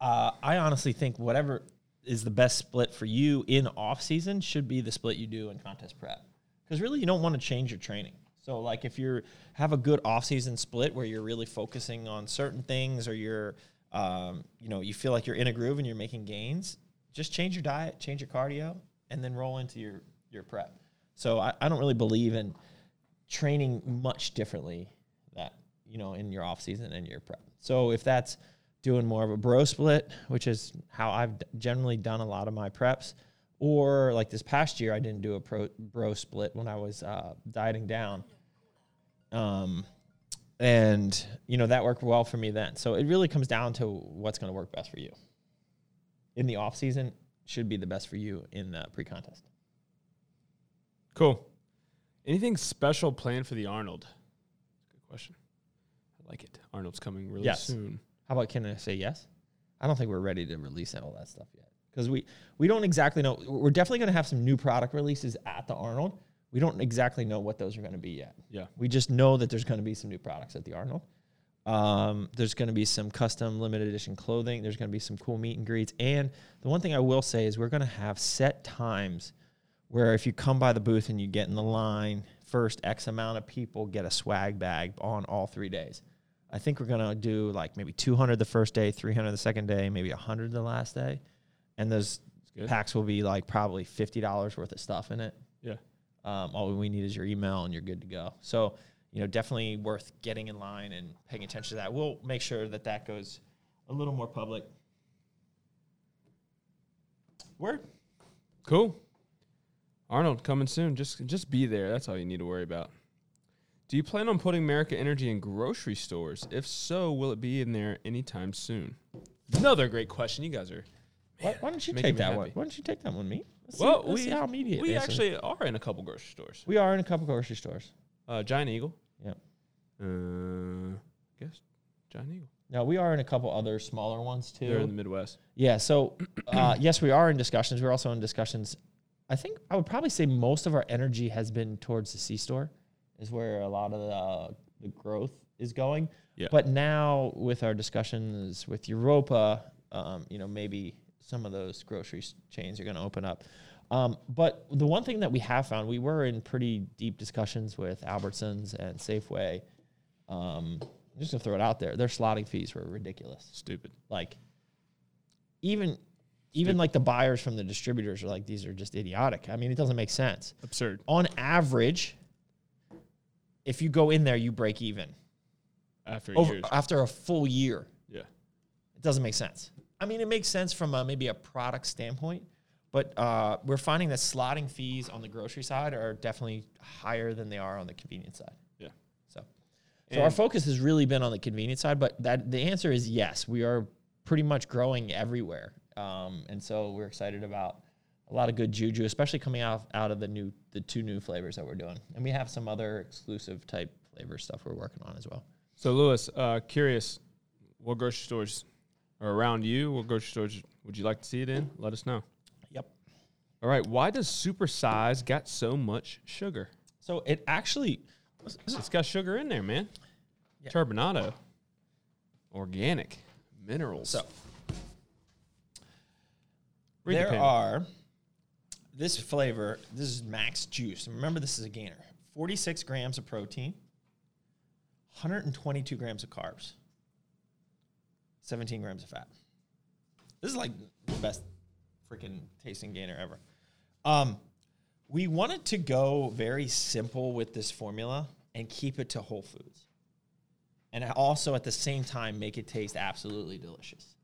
Speaker 3: Uh, I honestly think whatever is the best split for you in off season should be the split you do in contest prep. Because really, you don't want to change your training. So like if you have a good off season split where you're really focusing on certain things or you're, um, you know, you feel like you're in a groove and you're making gains, just change your diet, change your cardio, and then roll into your your prep. So I, I don't really believe in training much differently that you know in your off season and your prep. So if that's doing more of a bro split, which is how I've d- generally done a lot of my preps, or like this past year I didn't do a pro bro split when I was uh, dieting down, um, and you know that worked well for me then. So it really comes down to what's going to work best for you. In the off season should be the best for you in the pre contest.
Speaker 4: Cool. Anything special planned for the Arnold? Good question. I like it. Arnold's coming really
Speaker 3: Yes.
Speaker 4: soon.
Speaker 3: How about can I say yes? I don't think we're ready to release all that stuff yet because we we don't exactly know. We're definitely going to have some new product releases at the Arnold. We don't exactly know what those are going to be yet.
Speaker 4: Yeah.
Speaker 3: We just know that there's going to be some new products at the Arnold. Um, there's going to be some custom limited edition clothing. There's going to be some cool meet and greets. And the one thing I will say is we're going to have set times where if you come by the booth and you get in the line first, X amount of people get a swag bag on all three days. I think we're going to do like maybe 200 the first day, 300 the second day, maybe 100 the last day. And those
Speaker 4: good.
Speaker 3: packs will be like probably $50 worth of stuff in it.
Speaker 4: Yeah.
Speaker 3: Um, all we need is your email and you're good to go. So, you know, definitely worth getting in line and paying attention to that. We'll make sure that that goes a little more public. Word.
Speaker 4: Cool. Arnold coming soon. Just just be there. That's all you need to worry about. Do you plan on putting America Energy in grocery stores? If so, will it be in there anytime soon? Another great question. You guys are.
Speaker 3: Why, why don't you
Speaker 4: making
Speaker 3: take
Speaker 4: me
Speaker 3: that
Speaker 4: happy.
Speaker 3: one? Why don't you take that one, me? Let's see-
Speaker 4: Well,
Speaker 3: let's
Speaker 4: we
Speaker 3: see how immediate.
Speaker 4: we
Speaker 3: this is.
Speaker 4: actually are in a couple grocery stores.
Speaker 3: we are in a couple grocery stores.
Speaker 4: Uh, Giant Eagle.
Speaker 3: Yeah.
Speaker 4: Uh, I guess Giant Eagle.
Speaker 3: Now we are in a couple other smaller ones too.
Speaker 4: They're in the Midwest.
Speaker 3: Yeah. So, uh, yes, we are in discussions. We're also in discussions. I think I would probably say most of our energy has been towards the C store, is where a lot of the, uh, the growth is going.
Speaker 4: Yeah.
Speaker 3: But now with our discussions with Europa, um, you know, maybe some of those grocery s- chains are going to open up. Um, but the one thing that we have found, we were in pretty deep discussions with Albertsons and Safeway. Um, I'm just gonna throw it out there. Their slotting fees were ridiculous
Speaker 4: Stupid.
Speaker 3: like even even like the buyers from the distributors are like these are just idiotic. I mean, it doesn't make sense.
Speaker 4: Absurd.
Speaker 3: On average, if you go in there, you break even
Speaker 4: After
Speaker 3: over,
Speaker 4: years.
Speaker 3: after a full year.
Speaker 4: yeah.
Speaker 3: It doesn't make sense. I mean, it makes sense from a, maybe a product standpoint, but uh, we're finding that slotting fees on the grocery side are definitely higher than they are on the convenience side.
Speaker 4: Yeah.
Speaker 3: So, so our focus has really been on the convenience side, but that the answer is yes. We are pretty much growing everywhere, um, and so we're excited about a lot of good juju, especially coming out out of the new the two new flavors that we're doing, and we have some other exclusive type flavor stuff we're working on as well.
Speaker 4: So, Lewis, uh, curious, what grocery stores are around you? What grocery stores would you like to see it in? Let us know.
Speaker 3: Yep.
Speaker 4: All right. Why does Super Size got so much sugar?
Speaker 3: So it actually,
Speaker 4: It's got sugar in there, man. Turbinado, organic, minerals.
Speaker 3: so
Speaker 4: Read the
Speaker 3: there
Speaker 4: panel.
Speaker 3: are this flavor. This is max juice. And Remember, this is a gainer. Forty-six grams of protein, 122 grams of carbs, 17 grams of fat. This is like the best freaking tasting gainer ever. Um, we wanted to go very simple with this formula and keep it to whole foods, and also at the same time make it taste absolutely delicious.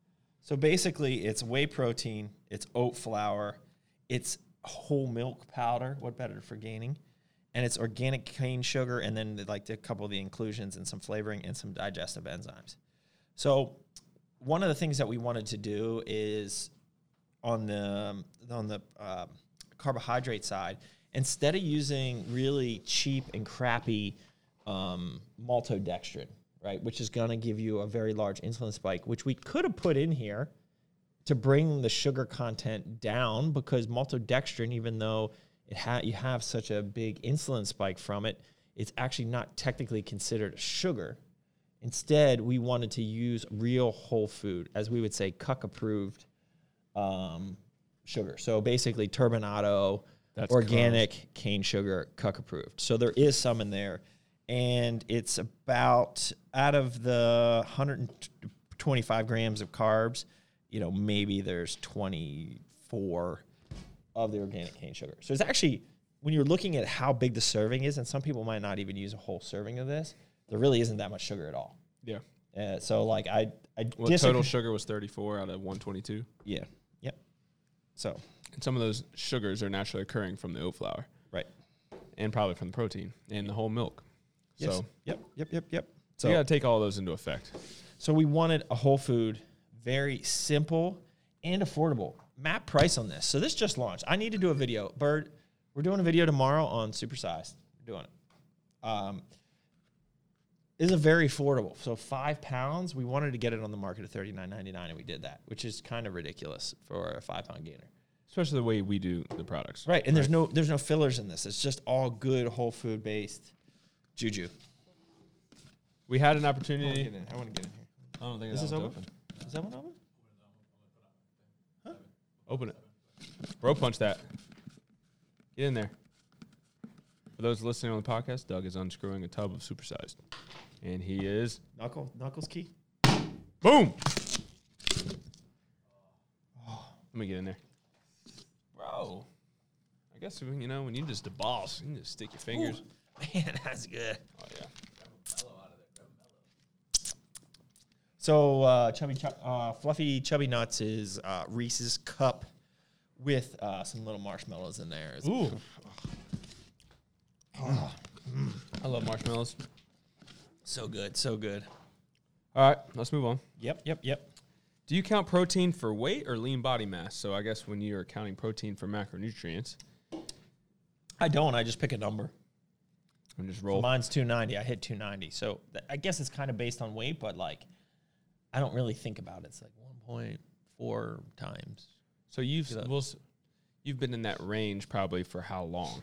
Speaker 3: So basically, it's whey protein, it's oat flour, it's whole milk powder. What better for gaining? And it's organic cane sugar, and then the- like a couple of the inclusions and some flavoring and some digestive enzymes. So one of the things that we wanted to do is on the on the um, carbohydrate side, instead of using really cheap and crappy um, maltodextrin, right, which is going to give you a very large insulin spike, which we could have put in here to bring the sugar content down because maltodextrin, even though it ha- you have such a big insulin spike from it, it's actually not technically considered sugar. Instead, we wanted to use real whole food, as we would say, cuck approved um, sugar. So basically, turbinado,
Speaker 4: That's
Speaker 3: organic cane sugar, cuck approved. So there is some in there, and it's about out of the 125 grams of carbs, you know, maybe there's 24 of the organic cane sugar. So it's actually when you're looking at how big the serving is, and some people might not even use a whole serving of this. There really isn't that much sugar at all.
Speaker 4: yeah.
Speaker 3: Uh, so like I, I
Speaker 4: Well,
Speaker 3: disagree-
Speaker 4: total sugar was 34 out of 122.
Speaker 3: yeah, yep. So
Speaker 4: And some of those sugars are naturally occurring from the oat flour
Speaker 3: right.
Speaker 4: and probably from the protein and the whole milk. So
Speaker 3: yep, yep, yep, yep. So
Speaker 4: you got to take all those into effect.
Speaker 3: So we wanted a whole food, very simple and affordable. Map price on this. So this just launched. I need to do a video. Bird, we're doing a video tomorrow on supersized. We're doing it. Um, this is a very affordable. So five pounds. We wanted to get it on the market at thirty nine ninety nine, and we did that, which is kind of ridiculous for a five pound gainer.
Speaker 4: Especially the way we do the products.
Speaker 3: Right, and there's no there's no fillers in this. It's just all good whole food based juju.
Speaker 4: We had an
Speaker 3: I
Speaker 4: opportunity.
Speaker 3: want to get in here.
Speaker 4: I don't think
Speaker 3: Is
Speaker 4: that
Speaker 3: this
Speaker 4: one's
Speaker 3: open?
Speaker 4: open.
Speaker 3: Is that one open?
Speaker 4: Open it. Bro, punch that. Get in there. For those listening on the podcast, Doug is unscrewing a tub of supersized. And he is.
Speaker 3: Knuckle knuckles key.
Speaker 4: Boom! Let me get in there. Bro. I guess, you know, when you just the boss, you can just stick your fingers.
Speaker 3: Man, that's good.
Speaker 4: Oh, yeah.
Speaker 3: So, uh, chubby, Chu- uh, fluffy chubby nuts is uh, Reese's cup with uh, some little marshmallows in there. It's-
Speaker 4: Ooh. I love marshmallows.
Speaker 3: so good, so good.
Speaker 4: All right, let's move on.
Speaker 3: Yep, yep, yep.
Speaker 4: Do you count protein for weight or lean body mass? So I guess when you are counting protein for macronutrients,
Speaker 3: I don't. I just pick a number.
Speaker 4: and just roll.
Speaker 3: Mine's 290. I hit 290. So th- I guess it's kind of based on weight, but like I don't really think about it. It's like 1.4 times.
Speaker 4: So you've well, s- you've been in that range probably for how long?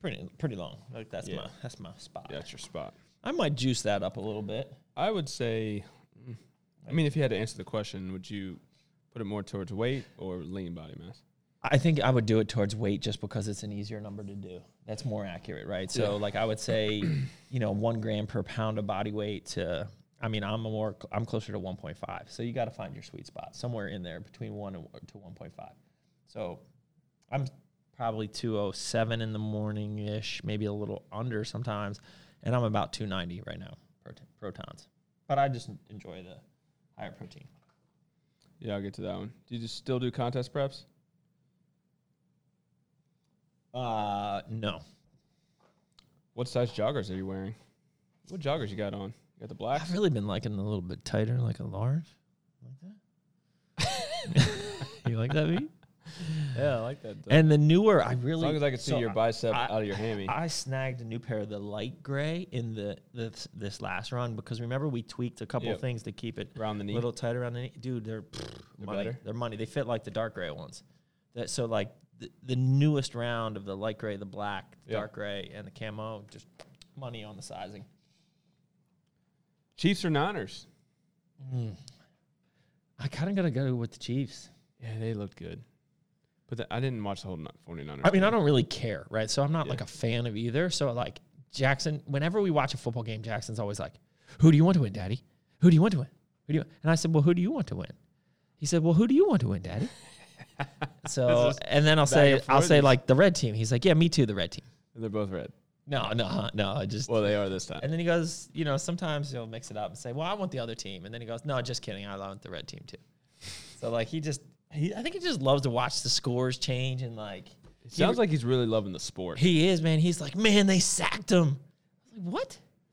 Speaker 3: Pretty pretty long. Like that's
Speaker 4: Yeah.
Speaker 3: my that's my spot.
Speaker 4: That's your spot.
Speaker 3: I might juice that up a little bit.
Speaker 4: I would say, mm, I mean, if you had to answer the question, would you put it more towards weight or lean body mass?
Speaker 3: I think I would do it towards weight just because it's an easier number to do. That's more accurate, right? So, like, I would say, you know, one gram per pound of body weight to, I mean, I'm a more, I'm closer to 1.5. So, you got to find your sweet spot somewhere in there between 1 and to 1.5. So, I'm probably 207 in the morning ish, maybe a little under sometimes. And I'm about 290 right now, prote- protons. But I just enjoy the higher protein.
Speaker 4: Yeah, I'll get to that one. Do you just still do contest preps?
Speaker 3: Uh, no.
Speaker 4: What size joggers are you wearing? What joggers you got on? You got the black?
Speaker 3: I've really been liking a little bit tighter, like a large, like that. you like that beat?
Speaker 4: Yeah, I like that.
Speaker 3: And the newer, I
Speaker 4: as
Speaker 3: really
Speaker 4: long as I can see
Speaker 3: so
Speaker 4: your
Speaker 3: I-
Speaker 4: bicep
Speaker 3: I-
Speaker 4: out of your hammy.
Speaker 3: I snagged a new pair of the light gray in the this, this last run because remember we tweaked a couple
Speaker 4: Yep.
Speaker 3: things to keep it
Speaker 4: Around the knee.
Speaker 3: a little tighter around the knee. Dude, they're, pfft, money.
Speaker 4: better?
Speaker 3: They're money. They fit like the dark gray ones. That so like the, the newest round of the light gray, the black, the
Speaker 4: Yeah.
Speaker 3: dark gray, and the camo, just money on the sizing.
Speaker 4: Chiefs or Niners?
Speaker 3: I kind of gotta go with the Chiefs.
Speaker 4: Yeah, they looked good. But the, I didn't watch the whole ni- 49ers.
Speaker 3: I mean, I
Speaker 4: game.
Speaker 3: don't really care, right? So I'm not like
Speaker 4: Yeah.
Speaker 3: a fan of either. So like Jackson, whenever we watch a football game, Jackson's always like, "Who do you want to win, Daddy? Who do you want to win? Who do you?" And I said, "Well, who do you want to win?" He said, "Well, who do you want to win, Daddy?" so and then I'll say,
Speaker 4: and
Speaker 3: "I'll
Speaker 4: forth.
Speaker 3: say like the red team." He's like, "Yeah, me too, the red team."
Speaker 4: They're both red.
Speaker 3: No, no, no, I just.
Speaker 4: Well, they are this time.
Speaker 3: and then he goes, you know, sometimes he'll mix it up and say, "Well, I want the other team," and then he goes, "No, just kidding, I want the red team too." So like he just, he, I think he just loves to watch the scores change and like.
Speaker 4: It sounds like he's really loving the sport.
Speaker 3: He is, man. He's like, man, they sacked him. I was like, what? I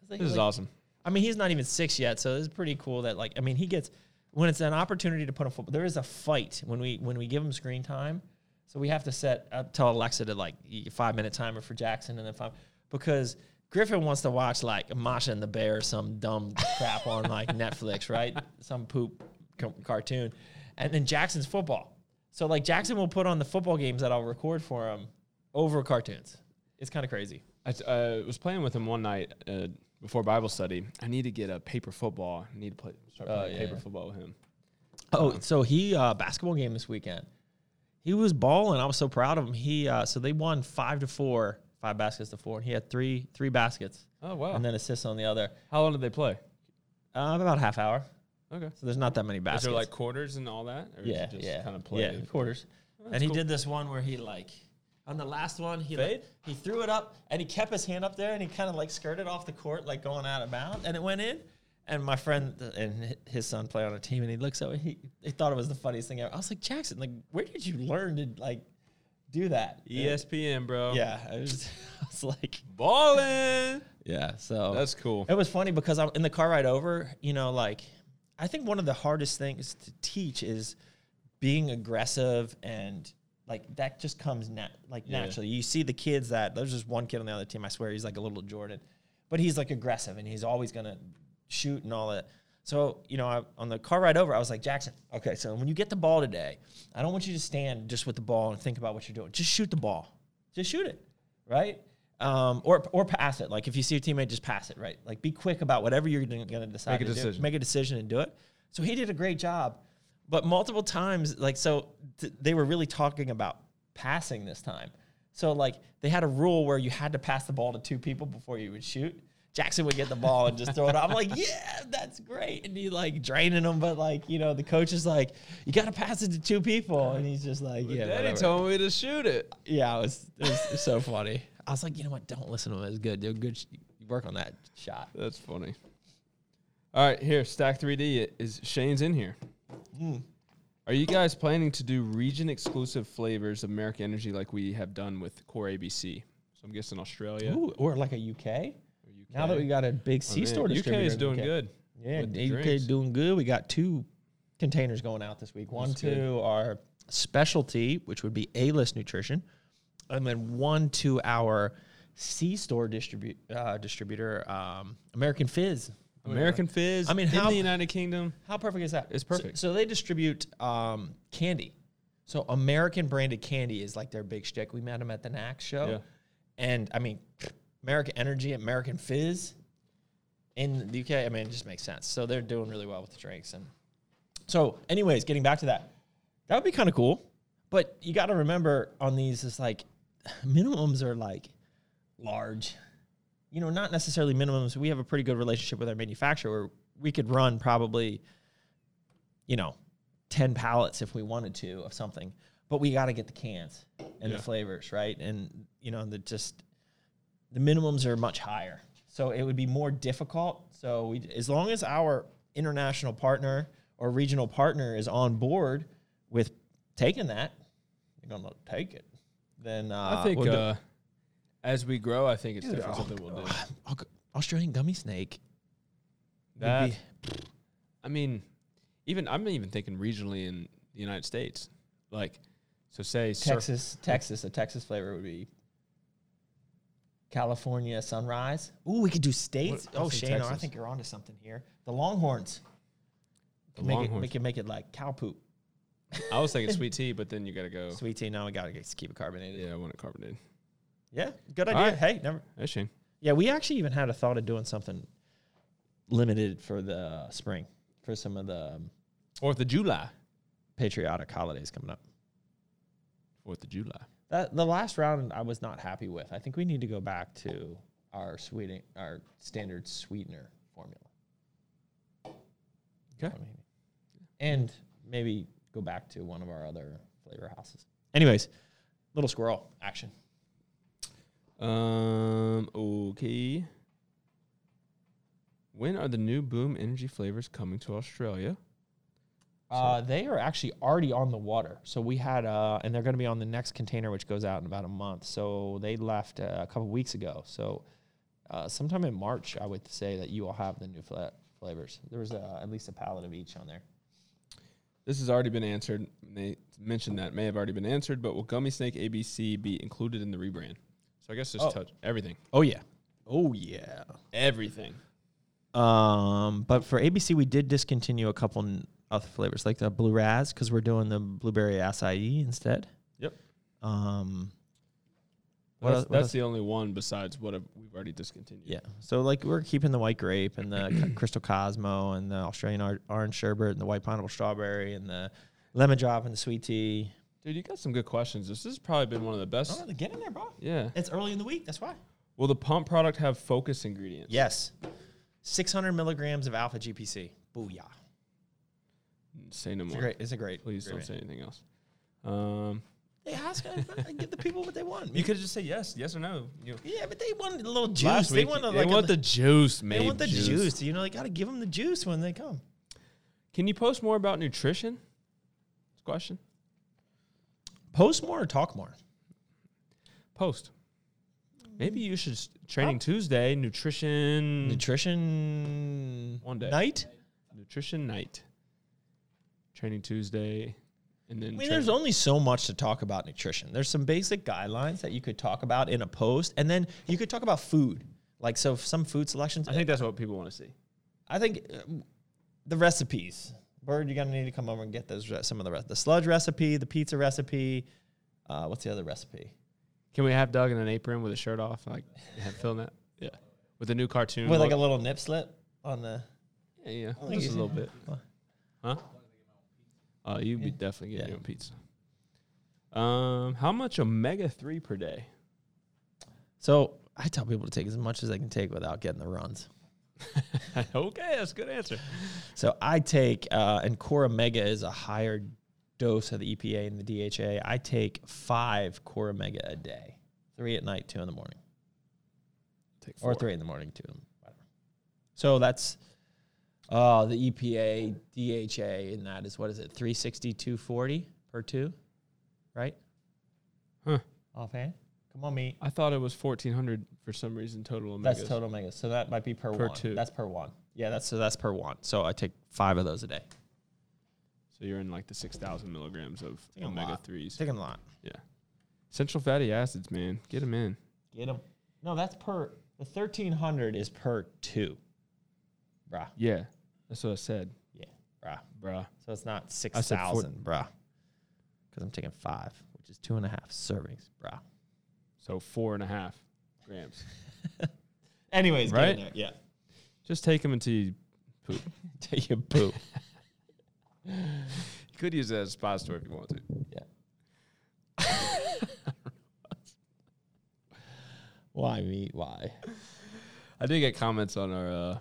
Speaker 3: was like-
Speaker 4: this is
Speaker 3: like-
Speaker 4: awesome.
Speaker 3: I mean, he's not even six yet, so it's pretty cool that like, I mean, he gets when it's an opportunity to put a football. There is a fight when we when we give him screen time, so we have to set up tell Alexa to like y- five minute timer for Jackson and then five because. Griffin wants to watch like Masha and the Bear, some dumb crap on like Netflix, right? Some poop c- cartoon, and then Jackson's football. So like Jackson will put on the football games that I'll record for him over cartoons. It's kind of crazy.
Speaker 4: I t- uh, was playing with him one night uh, before Bible study. I need to get a paper football. I need to play start playing
Speaker 3: yeah,
Speaker 4: paper
Speaker 3: yeah.
Speaker 4: football with him. Uh-huh.
Speaker 3: Oh, so he uh, basketball game this weekend. He was balling. I was so proud of him. He uh, so they won five to four, five baskets to four, and he had three three baskets
Speaker 4: Oh wow!
Speaker 3: and then assists on the other.
Speaker 4: How long did they play?
Speaker 3: Uh, about a half hour.
Speaker 4: Okay.
Speaker 3: So there's not that many
Speaker 4: Is
Speaker 3: baskets.
Speaker 4: there like quarters and all that? Or is it
Speaker 3: yeah,
Speaker 4: just
Speaker 3: yeah,
Speaker 4: Kind of play.
Speaker 3: yeah, quarters. and he
Speaker 4: cool.
Speaker 3: did this one where he like on the last one he like,
Speaker 4: Fade?
Speaker 3: he threw it up and he kept his hand up there and he kind of like skirted off the court like going out of bounds and it went in. And my friend and hi- his son play on a team and he looks over. He, he thought it was the funniest thing ever. I was like Jackson, like where did you learn to like do that?
Speaker 4: E ESPN, bro.
Speaker 3: Yeah, I was, I was like,
Speaker 4: Ballin.
Speaker 3: yeah. So
Speaker 4: That's cool.
Speaker 3: it was funny because I'm in the car ride over, you know, like I think one of the hardest things to teach is being aggressive and like that just comes nat- like
Speaker 4: Yeah.
Speaker 3: naturally. You see the kids that there's just one kid on the other team, I swear he's like a little Jordan. But he's like aggressive and he's always gonna shoot and all that. So, you know, I, on the car ride over, I was like, Jackson, okay, so when you get the ball today, I don't want you to stand just with the ball and think about what you're doing. Just shoot the ball. Just shoot it right? Um, or or pass it. Like if you see your teammate, just pass it, right? Like be quick about whatever you're going to decide.
Speaker 4: Make a
Speaker 3: to do.
Speaker 4: decision.
Speaker 3: Make a decision and do it. So he did a great job, but multiple times, like so, th- they were really talking about passing this time. So like they had a rule where you had to pass the ball to two people before you would shoot. Jackson would get the ball and just throw it off. I'm like, yeah, that's great. And he like draining them, but like, you know, the coach is like, you got to pass it to two people. And he's just like, yeah.
Speaker 4: Daddy
Speaker 3: whatever."
Speaker 4: told me to shoot it.
Speaker 3: Yeah, it was, it was, so funny. I was like, you know what? Don't listen to him. It's good. Do a good sh- work on that shot.
Speaker 4: That's funny. All right, here, Stack 3D is Shane's in here.
Speaker 3: Hmm.
Speaker 4: Are you guys planning to do region exclusive flavors of American Energy like we have done with Core ABC? So I'm guessing Australia.
Speaker 3: Ooh, or like a UK.
Speaker 4: UK.
Speaker 3: Now that we got a big
Speaker 4: Oh,
Speaker 3: C
Speaker 4: man,
Speaker 3: store
Speaker 4: UK
Speaker 3: distributor,
Speaker 4: is
Speaker 3: in
Speaker 4: doing
Speaker 3: UK.
Speaker 4: good.
Speaker 3: Yeah,
Speaker 4: with the
Speaker 3: the UK
Speaker 4: drinks.
Speaker 3: is doing good. We got two containers going out this week. One
Speaker 4: That's
Speaker 3: to
Speaker 4: good.
Speaker 3: our specialty, which would be A List Nutrition, and then one to our C store distribu- uh, distributor, um, American Fizz.
Speaker 4: American Fizz.
Speaker 3: I mean,
Speaker 4: in
Speaker 3: how-
Speaker 4: the United Kingdom.
Speaker 3: How perfect is that?
Speaker 4: It's
Speaker 3: So-
Speaker 4: perfect.
Speaker 3: So, they distribute um, candy. So American branded candy is like their big shtick. We met them at the NAC show,
Speaker 4: Yeah.
Speaker 3: and I mean, American Energy, American Fizz, in the UK. I mean, it just makes sense. So they're doing really well with the drinks. And so, anyways, getting back to that, that would be kind of cool. But you got to remember on these is like minimums are like large you know, not necessarily minimums. We have a pretty good relationship with our manufacturer. We could run probably, you know, 10 pallets if we wanted to of something, but we got to get the cans and the flavors, right? And, you know, the just the minimums are much higher. So it would be more difficult. So we, as long as our international partner or regional partner is on board with taking that, you're going to take it. Then uh,
Speaker 4: I think
Speaker 3: we'll do-
Speaker 4: uh, as we grow, I think it's
Speaker 3: Dude,
Speaker 4: definitely
Speaker 3: oh,
Speaker 4: something we'll do.
Speaker 3: Au- Australian gummy snake
Speaker 4: That, I mean, even I'm even thinking regionally in the United States, like so say surf-
Speaker 3: Texas, Texas, a Texas flavor would be California sunrise. Ooh, we could do states.
Speaker 4: What-
Speaker 3: oh,
Speaker 4: what's in
Speaker 3: Shane, I
Speaker 4: Texas?
Speaker 3: think you're onto something here. The Longhorns.
Speaker 4: the
Speaker 3: make
Speaker 4: Longhorns.
Speaker 3: It, we can make it like cow poop.
Speaker 4: I was thinking sweet tea, but then you got to go.
Speaker 3: Sweet tea. Now we gotta get, keep it carbonated. Yeah,
Speaker 4: Yeah, I want it carbonated.
Speaker 3: good idea.
Speaker 4: right.
Speaker 3: Hey, never.
Speaker 4: That's shame.
Speaker 3: Yeah, we actually even had a thought of doing something limited for the spring for some of the um,
Speaker 4: Fourth of July.
Speaker 3: patriotic holidays coming up.
Speaker 4: Fourth of July.
Speaker 3: That the last round I was not happy with. I think we need to go back to our sweeten our standard sweetener formula.
Speaker 4: Okay.
Speaker 3: I mean, and maybe go back to one of our other flavor houses. Anyways, little squirrel action.
Speaker 4: Um. Okay. When are the new Boom Energy flavors coming to Australia?
Speaker 3: Uh, they are actually already on the water. So we had, uh, and they're going to be on the next container, which goes out in about a month. So they left uh, a couple weeks ago. So uh, sometime in March, I would say that you will have the new fla- flavors. There was uh, at least a pallet of each on there.
Speaker 4: This has already been answered. They mentioned that may have already been answered, but will Gummy Snake ABC be included in the rebrand? So I guess just
Speaker 3: Oh.
Speaker 4: touch everything.
Speaker 3: Oh yeah. Oh yeah.
Speaker 4: Everything.
Speaker 3: Um, but for ABC, we did discontinue a couple n- other flavors, like the blue raz, because we're doing the blueberry acai instead.
Speaker 4: Yep.
Speaker 3: Um, What
Speaker 4: that's
Speaker 3: else- what
Speaker 4: that's
Speaker 3: else?
Speaker 4: the only one besides what I've- we've already discontinued.
Speaker 3: yeah. So like we're keeping the white grape and the c- crystal cosmo and the Australian or- orange sherbet and the white pineapple strawberry and the lemon drop and the sweet tea.
Speaker 4: Dude, you got some good questions. This has probably been one of the best.
Speaker 3: get in Oh, there, bro.
Speaker 4: Yeah.
Speaker 3: It's early in the week. That's why.
Speaker 4: Will the pump product have focus ingredients?
Speaker 3: Yes. 600 milligrams of alpha GPC. Booyah.
Speaker 4: Say no
Speaker 3: It's a
Speaker 4: more.
Speaker 3: great. It's a great.
Speaker 4: Please don't
Speaker 3: great
Speaker 4: say anything else. Um,
Speaker 3: They ask. I give the people what they want.
Speaker 4: you could just say yes, yes or no. You
Speaker 3: Yeah, but they want a little juice.
Speaker 4: Last
Speaker 3: they
Speaker 4: week,
Speaker 3: want,
Speaker 4: they
Speaker 3: a, like, a
Speaker 4: want
Speaker 3: li-
Speaker 4: the juice,
Speaker 3: they
Speaker 4: man.
Speaker 3: want the juice. You know, they got to give them the juice when they come.
Speaker 4: Can you post more about nutrition? That's a question.
Speaker 3: Post more or talk more.
Speaker 4: Post. Maybe you should s- training Tuesday
Speaker 3: Hmm.
Speaker 4: nutrition
Speaker 3: Nutrition
Speaker 4: One day.
Speaker 3: night.
Speaker 4: nutrition night. Training Tuesday, and then
Speaker 3: I mean,
Speaker 4: train-
Speaker 3: there's only so much to talk about nutrition. There's some basic guidelines that you could talk about in a post, and then you could talk about food. Like so, some food selections.
Speaker 4: I think that's what people want to see.
Speaker 3: I think uh, the recipes. Bird, you're gonna need to come over and get those. re- Some of the rest, the sludge recipe, the pizza recipe. Uh, what's the other recipe?
Speaker 4: Can we have Doug in an apron with a shirt off, like have film that? Yeah, with a new cartoon.
Speaker 3: With like a
Speaker 4: logo?
Speaker 3: little nip slip on the.
Speaker 4: yeah, yeah,
Speaker 3: think
Speaker 4: just a
Speaker 3: you-
Speaker 4: little bit, huh? Uh, you'd be definitely getting
Speaker 3: Yeah.
Speaker 4: your own pizza. Um, how much omega three per day?
Speaker 3: So I tell people to take as much as they can take without getting the runs.
Speaker 4: okay, that's a good answer.
Speaker 3: So I take, uh, and Core Omega is a higher dose of the EPA and the DHA. I take five Core Omega a day, three at night, two in the morning,
Speaker 4: Take
Speaker 3: or three in the morning, two in the whatever. So that's uh, the EPA, DHA, and that is what is it, 360, 240 per two, right?
Speaker 4: Huh.
Speaker 3: Offhand? Come on, me.
Speaker 4: I thought it was fourteen hundred for some reason total. Omegas.
Speaker 3: That's total omega. So that might be per,
Speaker 4: Per
Speaker 3: one.
Speaker 4: two.
Speaker 3: That's per one. Yeah, that's so that's per one. So I take five of those a day.
Speaker 4: So you're in like the six thousand milligrams of
Speaker 3: a lot.
Speaker 4: omega threes.
Speaker 3: Taking a lot.
Speaker 4: Yeah, essential fatty acids, man. Get them in.
Speaker 3: Get them. No, that's per the thirteen hundred is per two. bruh.
Speaker 4: Yeah, that's what I said,
Speaker 3: Yeah, bruh.
Speaker 4: bruh.
Speaker 3: So it's not six
Speaker 4: said four-
Speaker 3: thousand, bruh. Because I'm taking five, which is two and a half servings, bruh.
Speaker 4: So four and a half grams.
Speaker 3: Anyways,
Speaker 4: get in
Speaker 3: right?
Speaker 4: there,
Speaker 3: Yeah.
Speaker 4: Just take them until you poop.
Speaker 3: Take a poop.
Speaker 4: You could use that as a suppository if you want to.
Speaker 3: yeah. why meat? Why?
Speaker 4: I did get comments on our uh,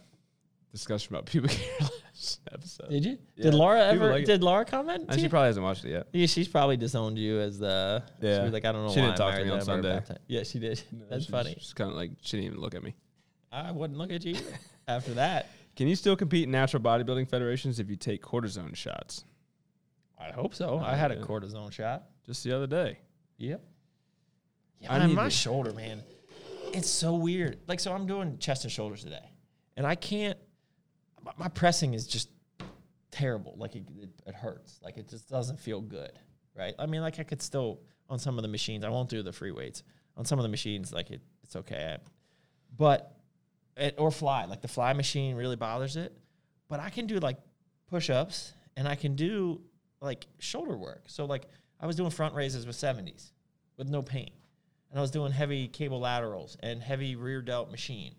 Speaker 4: discussion about pubic hair last episode.
Speaker 3: Did you?
Speaker 4: Yeah.
Speaker 3: Did Laura
Speaker 4: People
Speaker 3: ever?
Speaker 4: like it.
Speaker 3: did Laura comment?
Speaker 4: And
Speaker 3: to
Speaker 4: she
Speaker 3: you?
Speaker 4: probably hasn't watched it yet.
Speaker 3: yeah, she's probably disowned you as the. Yeah.
Speaker 4: Yeah.
Speaker 3: She was like, I don't know
Speaker 4: She
Speaker 3: why
Speaker 4: didn't
Speaker 3: I
Speaker 4: talk to
Speaker 3: married
Speaker 4: me on
Speaker 3: them or
Speaker 4: Sunday.
Speaker 3: baptized- Yeah, she did. That's
Speaker 4: She-
Speaker 3: funny.
Speaker 4: She's kind of like she didn't even look at me.
Speaker 3: I wouldn't look at you after that.
Speaker 4: Can you still compete in natural bodybuilding federations if you take cortisone shots?
Speaker 3: I hope so. I had a
Speaker 4: yeah.
Speaker 3: cortisone shot.
Speaker 4: Just the other day.
Speaker 3: Yep. Yeah,
Speaker 4: I
Speaker 3: man,
Speaker 4: need
Speaker 3: my
Speaker 4: to-
Speaker 3: shoulder, man. It's so weird. Like, so I'm doing chest and shoulders today, and I can't. my- My pressing is just terrible. Like it, it, it hurts. Like it just doesn't feel good, right? I mean, like I could still on some of the machines. I won't do the free weights on some of the machines. Like it, it's okay, I- but it, or fly. Like the fly machine really bothers it, but I can do like push ups and I can do like shoulder work. So like I was doing front raises with seventies with no pain, and I was doing heavy cable laterals and heavy rear delt machine.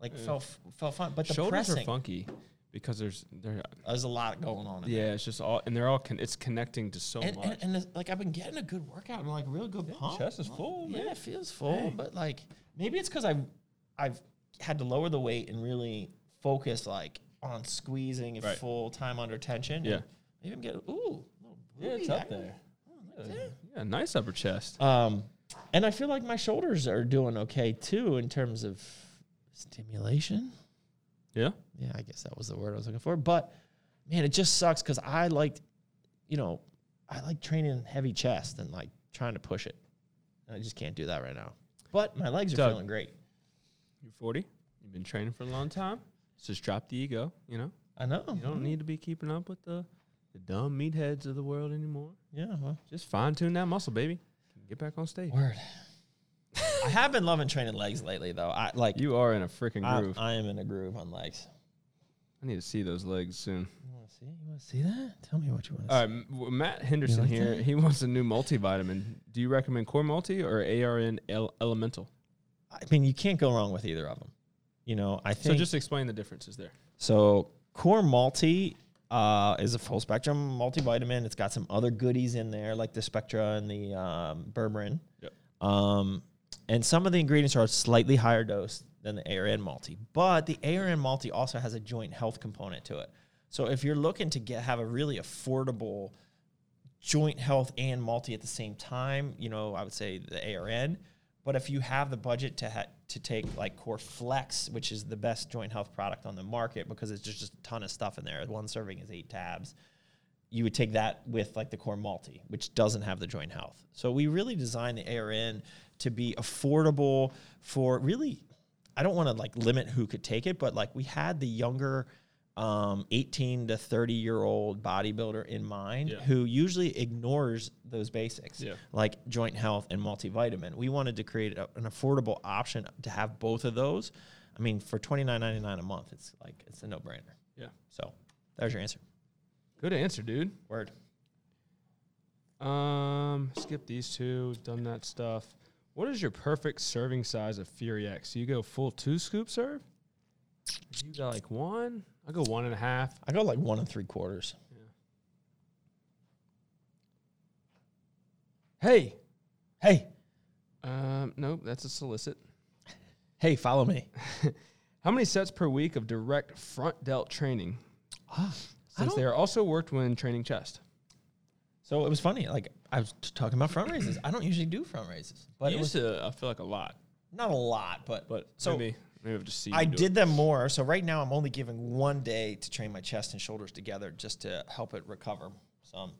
Speaker 3: Like felt felt fun, but the
Speaker 4: Shoulders
Speaker 3: pressing
Speaker 4: are funky because there's there.
Speaker 3: there's a lot going on. In there.
Speaker 4: Yeah, it's just all and they're all con- it's connecting to so
Speaker 3: and,
Speaker 4: much.
Speaker 3: and, and it's, like I've been getting a good workout. I'm like real good pump.
Speaker 4: chest is
Speaker 3: Like,
Speaker 4: full,
Speaker 3: oh, Yeah,
Speaker 4: man.
Speaker 3: it feels full, but like maybe it's because I've I've had to lower the weight and really focus like on squeezing and
Speaker 4: Right.
Speaker 3: full time under tension.
Speaker 4: Yeah.
Speaker 3: and maybe I'm getting ooh. little booty action. Oh, look at
Speaker 4: Yeah, nice upper chest.
Speaker 3: that. Um, and I feel like my shoulders are doing okay too in terms of stimulation.
Speaker 4: yeah,
Speaker 3: yeah, I guess that was the word I was looking for. But man, it just sucks because I liked, you know, I like training heavy chest and like trying to push it. And I just can't do that right now. But my legs are
Speaker 4: Doug.
Speaker 3: feeling great.
Speaker 4: you're 40. You've been training for a long time. So just drop the ego. You know,
Speaker 3: I know.
Speaker 4: you don't need to be keeping up with the the dumb meatheads of the world anymore.
Speaker 3: Yeah. Well.
Speaker 4: Just fine tune that muscle, baby. Get back on stage.
Speaker 3: Word. I have been loving training legs lately, though. I like
Speaker 4: You are in a freaking
Speaker 3: I,
Speaker 4: groove. I,
Speaker 3: I am in a groove on legs.
Speaker 4: need to see those legs soon.
Speaker 3: You want to see? You want to see that? Tell me what you want to
Speaker 4: All
Speaker 3: see.
Speaker 4: right, M- w- Matt Henderson
Speaker 3: like
Speaker 4: here.
Speaker 3: that?
Speaker 4: He wants a new multivitamin. Do you recommend Core Multi or ARN Ele- Elemental?
Speaker 3: I mean, you can't go wrong with either of them. You know, I
Speaker 4: So
Speaker 3: think
Speaker 4: just explain the differences there.
Speaker 3: So Core Multi uh, is a full spectrum multivitamin. It's got some other goodies in there, like the Spectra and the um, Berberin.
Speaker 4: Yep.
Speaker 3: Um, and some of the ingredients are slightly higher dose than the ARN multi, but the ARN multi also has a joint health component to it. So if you're looking to get have a really affordable joint health and multi at the same time, you know, I would say the ARN. But if you have the budget to ha- to take like Core Flex, which is the best joint health product on the market because it's just, just a ton of stuff in there. One serving is eight tabs. You would take that with like the Core Multi, which doesn't have the joint health. So we really designed the ARN to be affordable for really. I don't want to like limit who could take it, but like we had the younger um, 18 to 30 year old bodybuilder in mind
Speaker 4: Yeah.
Speaker 3: who usually ignores those basics
Speaker 4: Yeah.
Speaker 3: like joint health and multivitamin. We wanted to create a, an affordable option to have both of those. I mean, for twenty nine ninety nine a month, it's like it's a no brainer.
Speaker 4: Yeah.
Speaker 3: So there's your answer.
Speaker 4: Good answer, dude.
Speaker 3: Word.
Speaker 4: Um, skip these two. Done that stuff. What is your perfect serving size of Fury X? You go full two scoop serve. You got like one. I go one and a half.
Speaker 3: I go like one and three quarters.
Speaker 4: Hey.
Speaker 3: Hey,
Speaker 4: Um, nope, that's a solicit.
Speaker 3: hey, follow me.
Speaker 4: How many sets per week of direct front delt training?
Speaker 3: Ah,
Speaker 4: Since they are also worked when training chest.
Speaker 3: so it was funny. Like I was t- talking about front raises. I don't usually do front raises, but it was
Speaker 4: to, I feel like a lot,
Speaker 3: not a lot. But
Speaker 4: but
Speaker 3: so
Speaker 4: maybe maybe I've just seen.
Speaker 3: I
Speaker 4: you do it.
Speaker 3: did them more. So right now I'm only giving one day to train my chest and shoulders together just to help it recover some.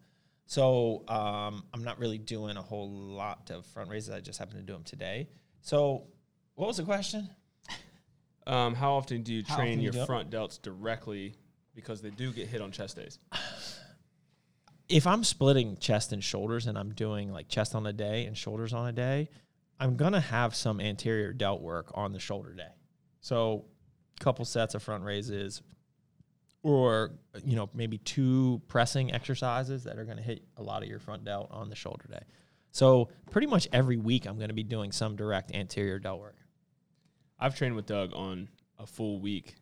Speaker 3: So um, I'm not really doing a whole lot of front raises. I just happen to do them today. So what was the question?
Speaker 4: Um, how often do you
Speaker 3: How
Speaker 4: train
Speaker 3: often you
Speaker 4: your
Speaker 3: do it?
Speaker 4: front delts directly? Because they do get hit on chest days.
Speaker 3: If I'm splitting chest and shoulders and I'm doing like chest on a day and shoulders on a day, I'm gonna have some anterior delt work on the shoulder day. So couple sets of front raises, or you know maybe two pressing exercises that are going to hit a lot of your front delt on the shoulder day. So pretty much every week I'm going to be doing some direct anterior delt work.
Speaker 4: I've trained with Doug on a full week,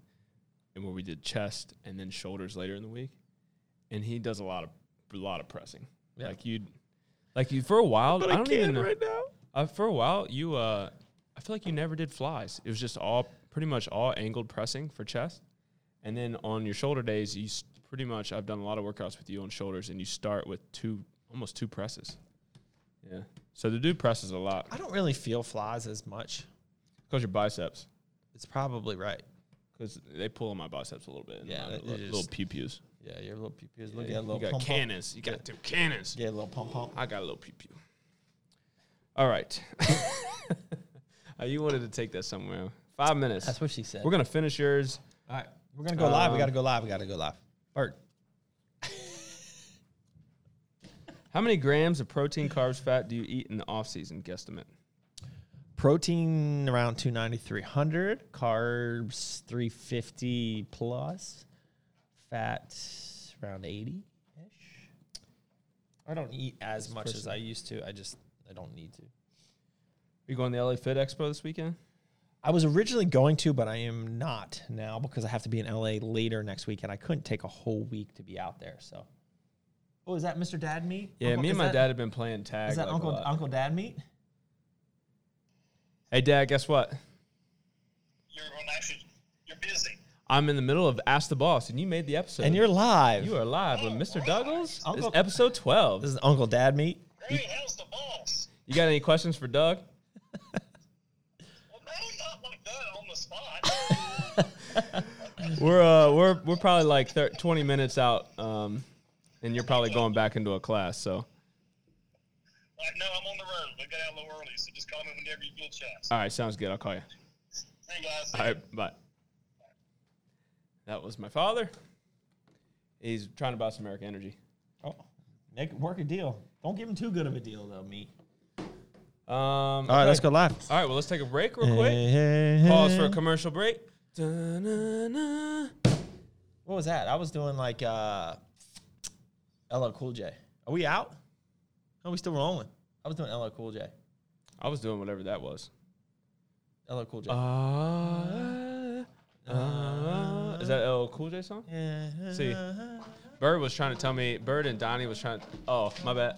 Speaker 4: and where we did chest and then shoulders later in the week, and he does a lot of a lot of pressing.
Speaker 3: Yeah.
Speaker 4: Like you, like you for a while. I don't even know.
Speaker 3: now.
Speaker 4: Uh, for a while, you, uh, I feel like you never did flies. It was just all pretty much all angled pressing for chest, and then on your shoulder days, you s- pretty much. I've done a lot of workouts with you on shoulders, and you start with two, almost two presses. Yeah. So the dude presses a lot
Speaker 3: I don't really feel flies as much.
Speaker 4: because your biceps,
Speaker 3: It's probably right.
Speaker 4: because they pull on my biceps a little bit. and
Speaker 3: Yeah,
Speaker 4: my
Speaker 3: that-
Speaker 4: little,
Speaker 3: it is-
Speaker 4: little pew pews.
Speaker 3: Yeah, your little pew pews. Look
Speaker 4: You got cannons. You got two cannons.
Speaker 3: Yeah, little pump pump.
Speaker 4: I got a little pew pew. All right. Uh, you wanted to take that somewhere. Five minutes.
Speaker 3: That's what she said.
Speaker 4: We're gonna finish yours.
Speaker 3: All
Speaker 4: Um,
Speaker 3: right, we're gonna go live. We gotta go live. We gotta go live. Bert,
Speaker 4: How many grams of protein, carbs, fat do you eat in the off season? Guesstimate.
Speaker 3: protein around 290, 300, carbs 350 plus, fat around 80 ish. I don't eat as much as I used to. I just I don't need to.
Speaker 4: Are you going to the LA Fit Expo this weekend?
Speaker 3: I was originally going to, but I am not now because I have to be in LA later next week, and I couldn't take a whole week to be out there. So, oh, is that Mr. Dad meet?
Speaker 4: Yeah,
Speaker 3: Uncle-
Speaker 4: me
Speaker 3: is
Speaker 4: and my
Speaker 3: that-
Speaker 4: dad have been playing tag.
Speaker 3: Is that
Speaker 4: like, a
Speaker 3: Uncle
Speaker 4: lot.
Speaker 3: Uncle Dad meet?
Speaker 4: Hey, Dad, guess what?
Speaker 5: You're going to actually, you're busy.
Speaker 4: I'm in the middle of Ask the Boss, and you made the episode.
Speaker 3: And you're live.
Speaker 4: you are live with Mr. Douglas. It's
Speaker 3: Uncle-
Speaker 4: episode twelve.
Speaker 3: This is Uncle Dad meet.
Speaker 5: Great, how's the boss?
Speaker 4: You got any questions for Doug?
Speaker 5: Well, no, not like that on the spot.
Speaker 4: We're uh, we're we're probably like thir- 20 minutes out, um, and you're probably going back into a class. So,
Speaker 5: like, no, I'm on the road. We got out a little early, so just call me whenever you get a chance.
Speaker 4: all right, sounds good. I'll call you.
Speaker 5: Hey, guys.
Speaker 4: All right, bye. That was my father. He's trying to buy some American Energy.
Speaker 3: Oh, make work a deal. Don't give him too good of a deal though, meat.
Speaker 4: Um, all
Speaker 3: All right, let's Eh. go live.
Speaker 4: All right, well, let's take a break real quick. Pause for a commercial break. Da-na-na.
Speaker 3: What was that? I was doing like uh, LL Cool J. Are we out? No, we still rolling. I was doing LL Cool J.
Speaker 4: I was doing whatever that was.
Speaker 3: LL Cool J.
Speaker 4: Uh, uh, is that LL Cool J song? see. Bird was trying to tell me. Bird and Donnie was trying. oh, my bad.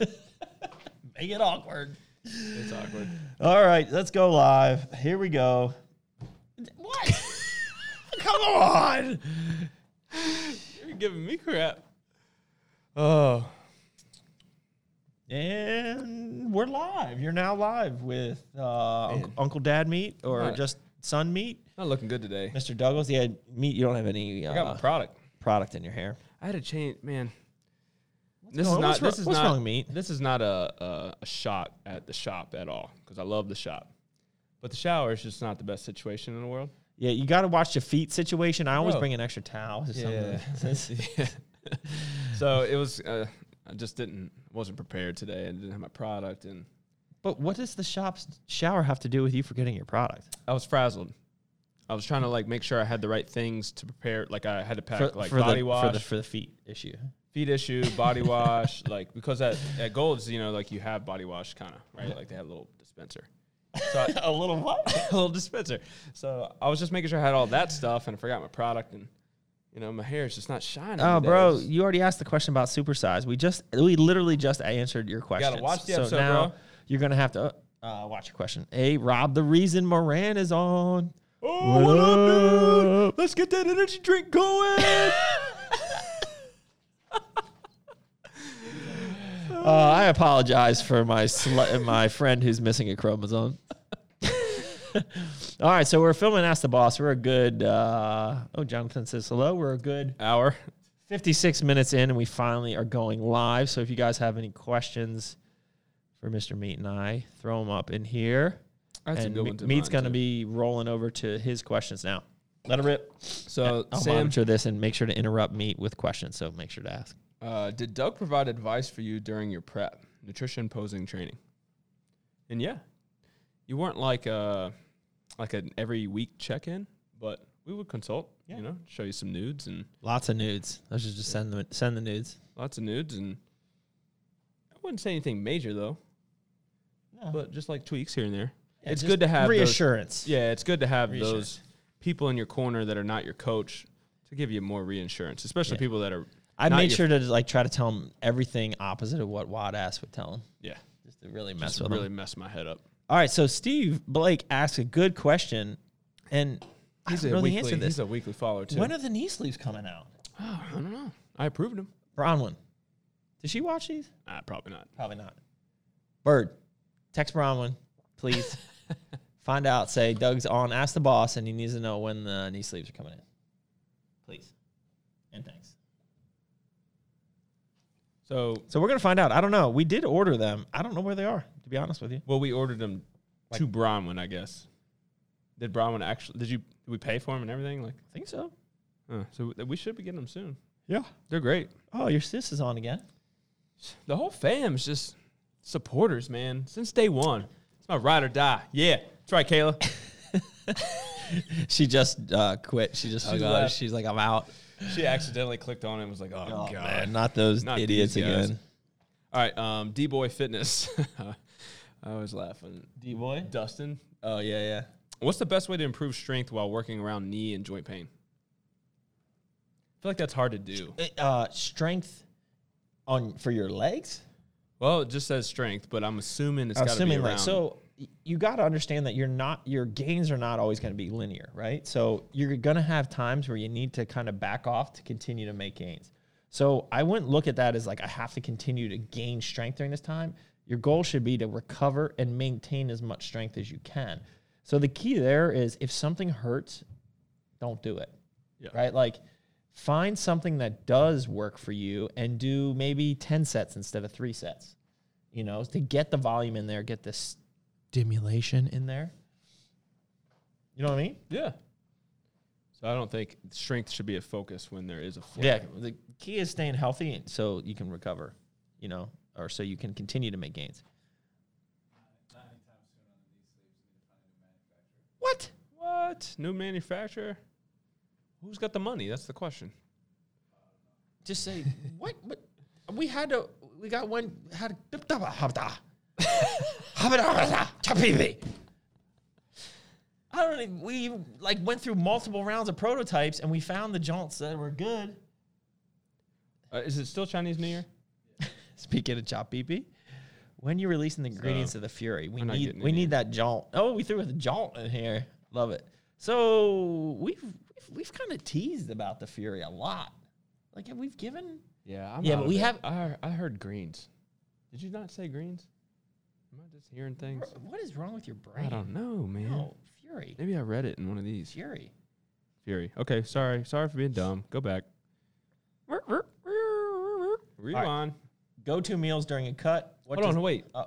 Speaker 3: Make it awkward.
Speaker 4: It's awkward.
Speaker 3: All right, let's go live. Here we go. What? Come on.
Speaker 4: You're giving me crap.
Speaker 3: Uh.
Speaker 4: Oh,
Speaker 3: And we're live. You're now live with uh, Uncle, Uncle Dad Meat or
Speaker 4: Right.
Speaker 3: just Son Meat.
Speaker 4: not looking good today.
Speaker 3: Mr. Douglas, yeah, Meat, you don't have any
Speaker 4: I got
Speaker 3: uh,
Speaker 4: my product.
Speaker 3: product in your hair.
Speaker 4: I had a change, man. This
Speaker 3: going
Speaker 4: is
Speaker 3: on?
Speaker 4: not.
Speaker 3: What's wrong-
Speaker 4: this is
Speaker 3: what's
Speaker 4: not.
Speaker 3: wrong, mate?
Speaker 4: This is not a, a a shot at the shop at all because I love the shop, but the shower is just not the best situation in the world.
Speaker 3: Yeah, you got to watch the feet situation. I always
Speaker 4: Bro.
Speaker 3: bring an extra towel. Or something.
Speaker 4: so it was. Uh, I just didn't. Wasn't prepared today, and didn't have my product, and
Speaker 3: but what does the shop's shower have to do with you forgetting your product?
Speaker 4: I was frazzled. I was trying to like make sure I had the right things to prepare. Like I had to pack like body
Speaker 3: the,
Speaker 4: wash,
Speaker 3: for the for the feet issue.
Speaker 4: feet issue, body wash, like because at at Gold's, you know, like you have body wash kind of right. Like they have a little dispenser. So I,
Speaker 3: A little what?
Speaker 4: a little dispenser. So I was just making sure I had all that stuff, and I forgot my product, and you know my hair is just not shining.
Speaker 3: Oh,
Speaker 4: today.
Speaker 3: bro,
Speaker 4: It's-
Speaker 3: you already asked the question about supersize. We just we literally just answered your question.
Speaker 4: watch the episode,
Speaker 3: now
Speaker 4: bro.
Speaker 3: You're gonna have to uh, watch your question. Hey, Rob, the reason Moran is on.
Speaker 4: Oh, what up, dude?
Speaker 3: What up?
Speaker 4: Let's get that energy drink going.
Speaker 3: Uh, I apologize for my sl- my friend who's missing a chromosome. All right, so we're filming Ask the Boss. We're a good. Uh, oh, Jonathan says hello. We're a good
Speaker 4: Hour.
Speaker 3: 56 minutes in, and we finally are going live. So if you guys have any questions for Mr. Meat and I, throw them up in here.
Speaker 4: That's a
Speaker 3: and
Speaker 4: good
Speaker 3: Me-
Speaker 4: one to
Speaker 3: Meat's
Speaker 4: mine,
Speaker 3: gonna
Speaker 4: too.
Speaker 3: be rolling over to his questions now. Let him rip.
Speaker 4: So
Speaker 3: I'll
Speaker 4: Sam,
Speaker 3: monitor this and make sure to interrupt Meat with questions. So make sure to ask.
Speaker 4: uh, did Doug provide advice for you during your prep, nutrition, posing, training? And yeah, you weren't like a like an every week check in, but we would consult. You know, show you some nudes and
Speaker 3: Lots of nudes. Let's just, just send them. Send the nudes.
Speaker 4: lots of nudes, and I wouldn't say anything major though.
Speaker 3: No.
Speaker 4: But just like tweaks here and there.
Speaker 3: Yeah,
Speaker 4: it's
Speaker 3: just
Speaker 4: good to have those-
Speaker 3: reassurance.
Speaker 4: Yeah, it's good to have
Speaker 3: Reassurance.
Speaker 4: those people in your corner that are not your coach to give you more reinsurance, especially people that are.
Speaker 3: I
Speaker 4: not
Speaker 3: made
Speaker 4: your-
Speaker 3: sure to like try to tell him everything opposite of what Wad ass would tell him,
Speaker 4: Yeah,
Speaker 3: just to really mess
Speaker 4: just
Speaker 3: with
Speaker 4: really
Speaker 3: him.
Speaker 4: messed my head up.
Speaker 3: All right, so Steve Blake asked a good question, and he's I don't know the answer to this.
Speaker 4: He's a weekly follower too.
Speaker 3: when are the knee sleeves coming out?
Speaker 4: I don't know. I approved him.
Speaker 3: Bronwyn, did she watch these?
Speaker 4: Ah, probably not.
Speaker 3: Probably not. Bird, text Bronwyn, please. Find out. Say Doug's on. Ask the boss, and he needs to know when the knee sleeves are coming in. Please. And thanks.
Speaker 4: So,
Speaker 3: So we're gonna find out. I don't know. We did order them. I don't know where they are. To be honest with you,
Speaker 4: well, we ordered him to Bronwyn, I guess. Did Bronwyn actually? Did you? Did we pay for him and everything? Like,
Speaker 3: I think so.
Speaker 4: uh, so th- we should be getting them soon.
Speaker 3: Yeah.
Speaker 4: They're great.
Speaker 3: Oh, your sis is on again.
Speaker 4: The whole fam's just supporters, man. Since day one, it's my ride or die. Yeah, that's right, Kayla.
Speaker 3: She just uh, quit. She just hung
Speaker 4: She's
Speaker 3: up.
Speaker 4: left.
Speaker 3: She's like, I'm out.
Speaker 4: she accidentally clicked on it and was like, "Oh,
Speaker 3: Oh,
Speaker 4: God,
Speaker 3: man, not those
Speaker 4: Not
Speaker 3: idiots
Speaker 4: these guys.
Speaker 3: again.
Speaker 4: All right, um, D Boy Fitness. I was laughing. D Boy Dustin.
Speaker 3: Oh yeah, yeah.
Speaker 4: What's the best way to improve strength while working around knee and joint pain? I feel like that's hard to do.
Speaker 3: It, uh, strength on for your legs.
Speaker 4: Well, it just says strength, but I'm assuming it's got to be
Speaker 3: assuming
Speaker 4: around.
Speaker 3: like so y- you got to understand that you're not your gains are not always going to be linear right so you're going to have times where you need to kind of back off to continue to make gains so i wouldn't look at that as like i have to continue to gain strength during this time your goal should be to recover and maintain as much strength as you can so the key there is if something hurts don't do it
Speaker 4: Yeah.
Speaker 3: right like find something that does work for you and do maybe 10 sets instead of 3 sets you know, to get the volume in there, get the stimulation in there. You know what I mean?
Speaker 4: yeah. So I don't think strength should be a focus when there is a flick.
Speaker 3: Yeah. The key is staying healthy and so you can recover, you know, or so you can continue to make gains. What?
Speaker 4: What new manufacturer? Who's got the money? That's the question.
Speaker 3: Just say what? But we had to. We got one. Had I don't. even- We like went through multiple rounds of prototypes and we found the jaunts that were good.
Speaker 4: Uh, is it still Chinese New Year?
Speaker 3: Speaking of chop BB, when you're releasing the ingredients of the Fury, we
Speaker 4: we're not
Speaker 3: need
Speaker 4: getting
Speaker 3: we
Speaker 4: in
Speaker 3: need that jolt. Oh, we threw a jolt in here. Love it. So we've we've, we've kind of teased about the Fury a lot. Like have we've given
Speaker 4: Yeah, I'm
Speaker 3: Yeah,
Speaker 4: out
Speaker 3: but
Speaker 4: of
Speaker 3: we
Speaker 4: it.
Speaker 3: have-
Speaker 4: I heard, I heard greens. Did you not say greens? Am I just hearing things?
Speaker 3: what is wrong with your brain?
Speaker 4: I don't know, man.
Speaker 3: No, Fury.
Speaker 4: Maybe I read it in one of these.
Speaker 3: Fury.
Speaker 4: Fury. Okay, sorry, sorry for being dumb. Go back. Rewind.
Speaker 3: Go to meals during a cut. What
Speaker 4: Hold
Speaker 3: does-
Speaker 4: on, wait.
Speaker 3: Oh.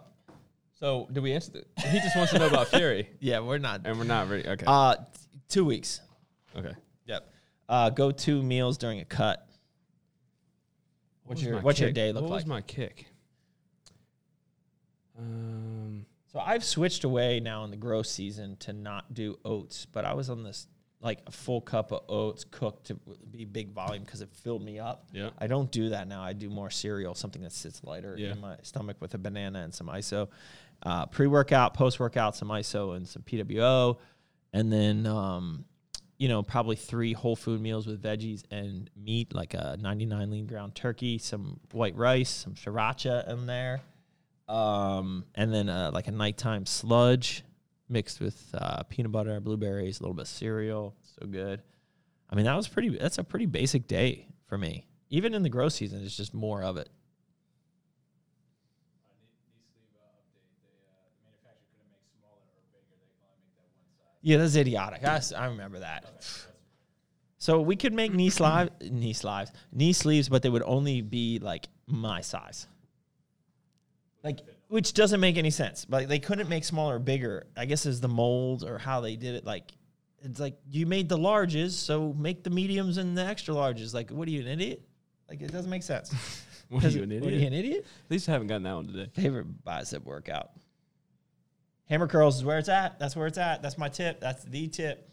Speaker 4: So, did we answer? The, he just wants to know about Fury,
Speaker 3: Yeah, we're not.
Speaker 4: and we're not ready. Okay.
Speaker 3: Uh t- two weeks.
Speaker 4: okay.
Speaker 3: Yep. Uh go to meals during a cut. What's
Speaker 4: was
Speaker 3: your
Speaker 4: my
Speaker 3: what's your
Speaker 4: kick?
Speaker 3: day look
Speaker 4: what
Speaker 3: like?
Speaker 4: was my kick? Um,
Speaker 3: So I've switched away now in the growth season to not do oats, but I was on this like a full cup of oats cooked to be big volume because it filled me up.
Speaker 4: Yeah.
Speaker 3: I don't do that now. I do more cereal, something that sits lighter
Speaker 4: Yeah.
Speaker 3: in my stomach with a banana and some ISO. Uh, Pre workout, post workout, some ISO and some PWO. And then, um, you know, probably three whole food meals with veggies and meat, like a 99 lean ground turkey, some white rice, some sriracha in there um, and then uh, like a nighttime sludge mixed with uh, peanut butter, blueberries, a little bit of cereal. So good. I mean, that was pretty. That's a pretty basic day for me. Even in the growth season, it's just more of it. Yeah, that's idiotic. I, s- I remember that. So we could make knee sleeve, knee sleeves, knee sleeves, but they would only be like my size. Like which doesn't make any sense. But like, they couldn't make smaller or bigger. I guess is the mold or how they did it. Like it's like you made the larges, so make the mediums and the extra larges. Like what are you an idiot? Like it doesn't make sense.
Speaker 4: What are
Speaker 3: Does
Speaker 4: you,
Speaker 3: it-
Speaker 4: an
Speaker 3: What are you an
Speaker 4: idiot?
Speaker 3: idiot?
Speaker 4: At least I haven't gotten that one today.
Speaker 3: Favorite bicep workout. Hammer curls is where it's at. That's where it's at. That's my tip. That's the tip.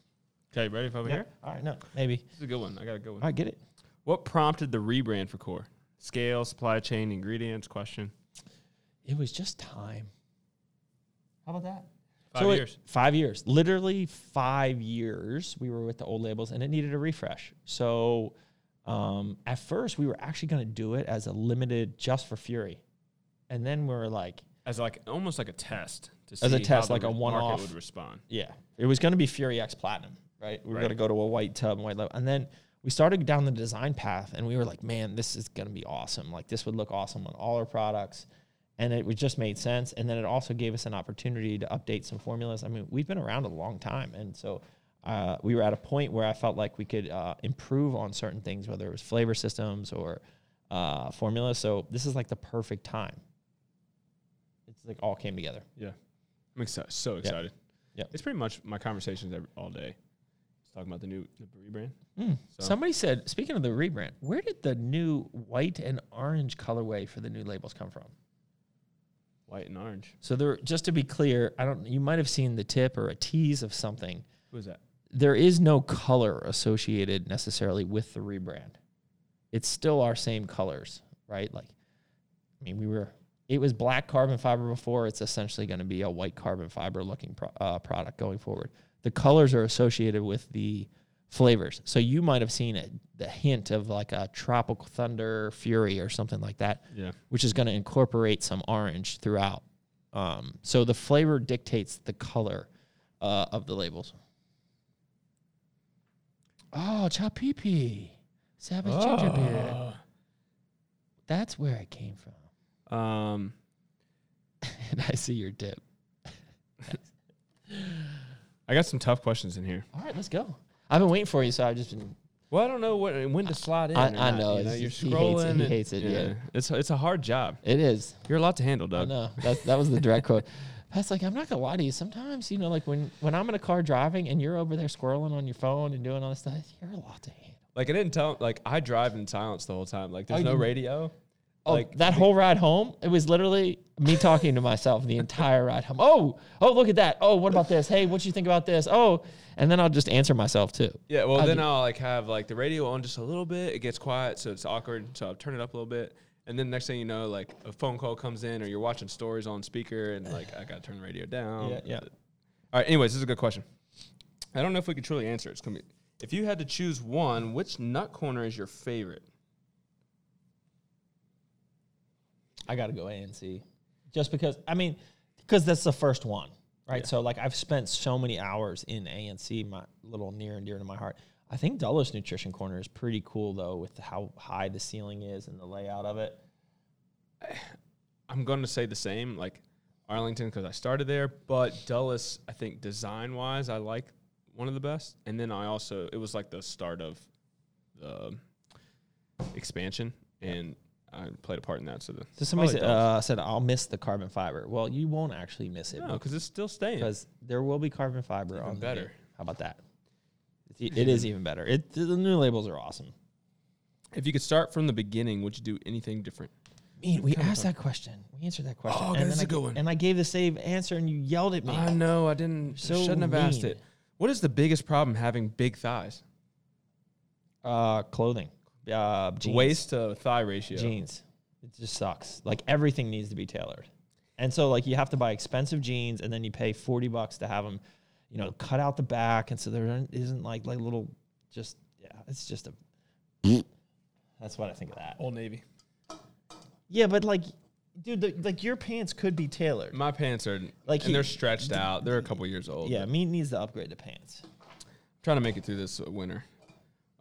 Speaker 4: Okay, ready for over here?
Speaker 3: All right, no, maybe.
Speaker 4: This is a good one. I got a good one.
Speaker 3: All right, get it.
Speaker 4: What prompted the rebrand for Core? Scale, supply chain, ingredients, question.
Speaker 3: It was just time. How about that?
Speaker 4: Five
Speaker 3: it-
Speaker 4: years.
Speaker 3: five years. Literally five years we were with the old labels and it needed a refresh. So um, at first we were actually going to do it as a limited just for Fury. And then we were like,
Speaker 4: As like almost like a test to see
Speaker 3: As a
Speaker 4: how
Speaker 3: test,
Speaker 4: the
Speaker 3: like a
Speaker 4: market
Speaker 3: one-off.
Speaker 4: would respond.
Speaker 3: yeah, it was going to be Fury X Platinum, right? We were
Speaker 4: Right.
Speaker 3: going to go to a white tub and white label. And then we started down the design path and we were like, man, this is going to be awesome. Like this would look awesome on all our products. And it was just made sense. And then it also gave us an opportunity to update some formulas. I mean, we've been around a long time. And so uh, we were at a point where I felt like we could uh, improve on certain things, whether it was flavor systems or uh, formulas. So this is like the perfect time. It's like all came together.
Speaker 4: Yeah, I'm excited. So excited.
Speaker 3: Yeah.
Speaker 4: it's pretty much my conversations every, all day. It's talking about the new the rebrand. So-
Speaker 3: Hmm. Somebody said, speaking of the rebrand, where did the new white and orange colorway for the new labels come from?
Speaker 4: White and orange.
Speaker 3: So there, just to be clear, I don't. You might have seen the tip or a tease of something.
Speaker 4: Who is that?
Speaker 3: There is no color associated necessarily with the rebrand. It's still our same colors, right? Like, I mean, we were. It was black carbon fiber before. It's essentially going to be a white carbon fiber looking pro, uh, product going forward. The colors are associated with the flavors. So you might have seen it, the hint of like a tropical thunder fury or something like that
Speaker 4: Yeah,
Speaker 3: which is going to incorporate some orange throughout. Um, so the flavor dictates the color uh, of the labels. Oh, Chapipi. Savage
Speaker 4: Ah.
Speaker 3: ginger beer. That's where it came from.
Speaker 4: Um,
Speaker 3: And I see your dip.
Speaker 4: I got some tough questions in here.
Speaker 3: All right, let's go. I've been waiting for you, so I've just been.
Speaker 4: Well, I don't know what when to slide in.
Speaker 3: I-
Speaker 4: or
Speaker 3: I
Speaker 4: not,
Speaker 3: know,
Speaker 4: You
Speaker 3: it's
Speaker 4: are
Speaker 3: just- he hates it,
Speaker 4: scrolling.
Speaker 3: he
Speaker 4: and-
Speaker 3: hates it, yeah.
Speaker 4: it's it's a hard job.
Speaker 3: It is.
Speaker 4: You're a lot to handle,
Speaker 3: I
Speaker 4: Doug.
Speaker 3: know. That, that was the direct quote. That's like, I'm not going to lie to you. Sometimes, you know, like when, when I'm in a car driving and you're over there squirreling on your phone and doing all this stuff, you're a lot to handle.
Speaker 4: Like I didn't tell. Like I drive in silence the whole time. Like there's
Speaker 3: Oh,
Speaker 4: no
Speaker 3: you-
Speaker 4: radio.
Speaker 3: Oh,
Speaker 4: like
Speaker 3: that whole ride home, it was literally me talking to myself the entire ride home. Oh, oh, look at that. Oh, what about this? Hey, what you think about this? Oh, and then I'll just answer myself too.
Speaker 4: Yeah, well,
Speaker 3: I
Speaker 4: then
Speaker 3: do-
Speaker 4: I'll like have like the radio on just a little bit. It gets quiet, so it's awkward. So I'll turn it up a little bit, and then next thing you know, like a phone call comes in, or you're watching stories on speaker, and like I gotta turn the radio down.
Speaker 3: Yeah, yeah.
Speaker 4: All right. Anyways, this is a good question. I don't know if we could truly answer it. It's gonna be, if you had to choose one, which nut corner is your favorite?
Speaker 3: I got to go A and C, just because. I mean, because that's the first one, right? So like I've spent so many hours in A and C, my little near and dear to my heart. I think Dulles Nutrition Corner is pretty cool though, with how high the ceiling is and the layout of it.
Speaker 4: I'm going to say the same, like Arlington, because I started there. But Dulles, I think design wise, I like one of the best. And then I also, it was like the start of the expansion, and I played a part in that. So, the,
Speaker 3: So somebody
Speaker 4: probably
Speaker 3: said,
Speaker 4: Dulles.
Speaker 3: uh, said, "I'll miss the carbon fiber." Well, you won't actually miss it.
Speaker 4: no, because it's still staying.
Speaker 3: because there will be carbon fiber on the
Speaker 4: better.
Speaker 3: label. How about that? It's e- It is even better. It the new labels are awesome.
Speaker 4: If you could start from the beginning, would you do anything different?
Speaker 3: Mean, we asked that question. We answered that question.
Speaker 4: Oh, okay, that's
Speaker 3: I
Speaker 4: a good
Speaker 3: g-
Speaker 4: one. Uh,
Speaker 3: And I gave the same answer, and you yelled at me.
Speaker 4: I know, I didn't.
Speaker 3: So
Speaker 4: shouldn't have asked
Speaker 3: mean.
Speaker 4: it. What is the biggest problem having big thighs?
Speaker 3: Uh, clothing, uh, jeans.
Speaker 4: Waist to thigh ratio.
Speaker 3: jeans. It just sucks. Like everything needs to be tailored, and so like you have to buy expensive jeans, and then you pay forty bucks to have them, you know, cut out the back, and so there aren't- isn't like like little, just yeah, it's just a. That's what I think of that.
Speaker 4: Old Navy.
Speaker 3: Yeah, but like, dude, the, like your pants could be tailored.
Speaker 4: My pants are
Speaker 3: Like
Speaker 4: like, and
Speaker 3: he-
Speaker 4: they're stretched out. They're a couple years old.
Speaker 3: Yeah, meat needs to upgrade the pants.
Speaker 4: trying to make it through this uh, winter.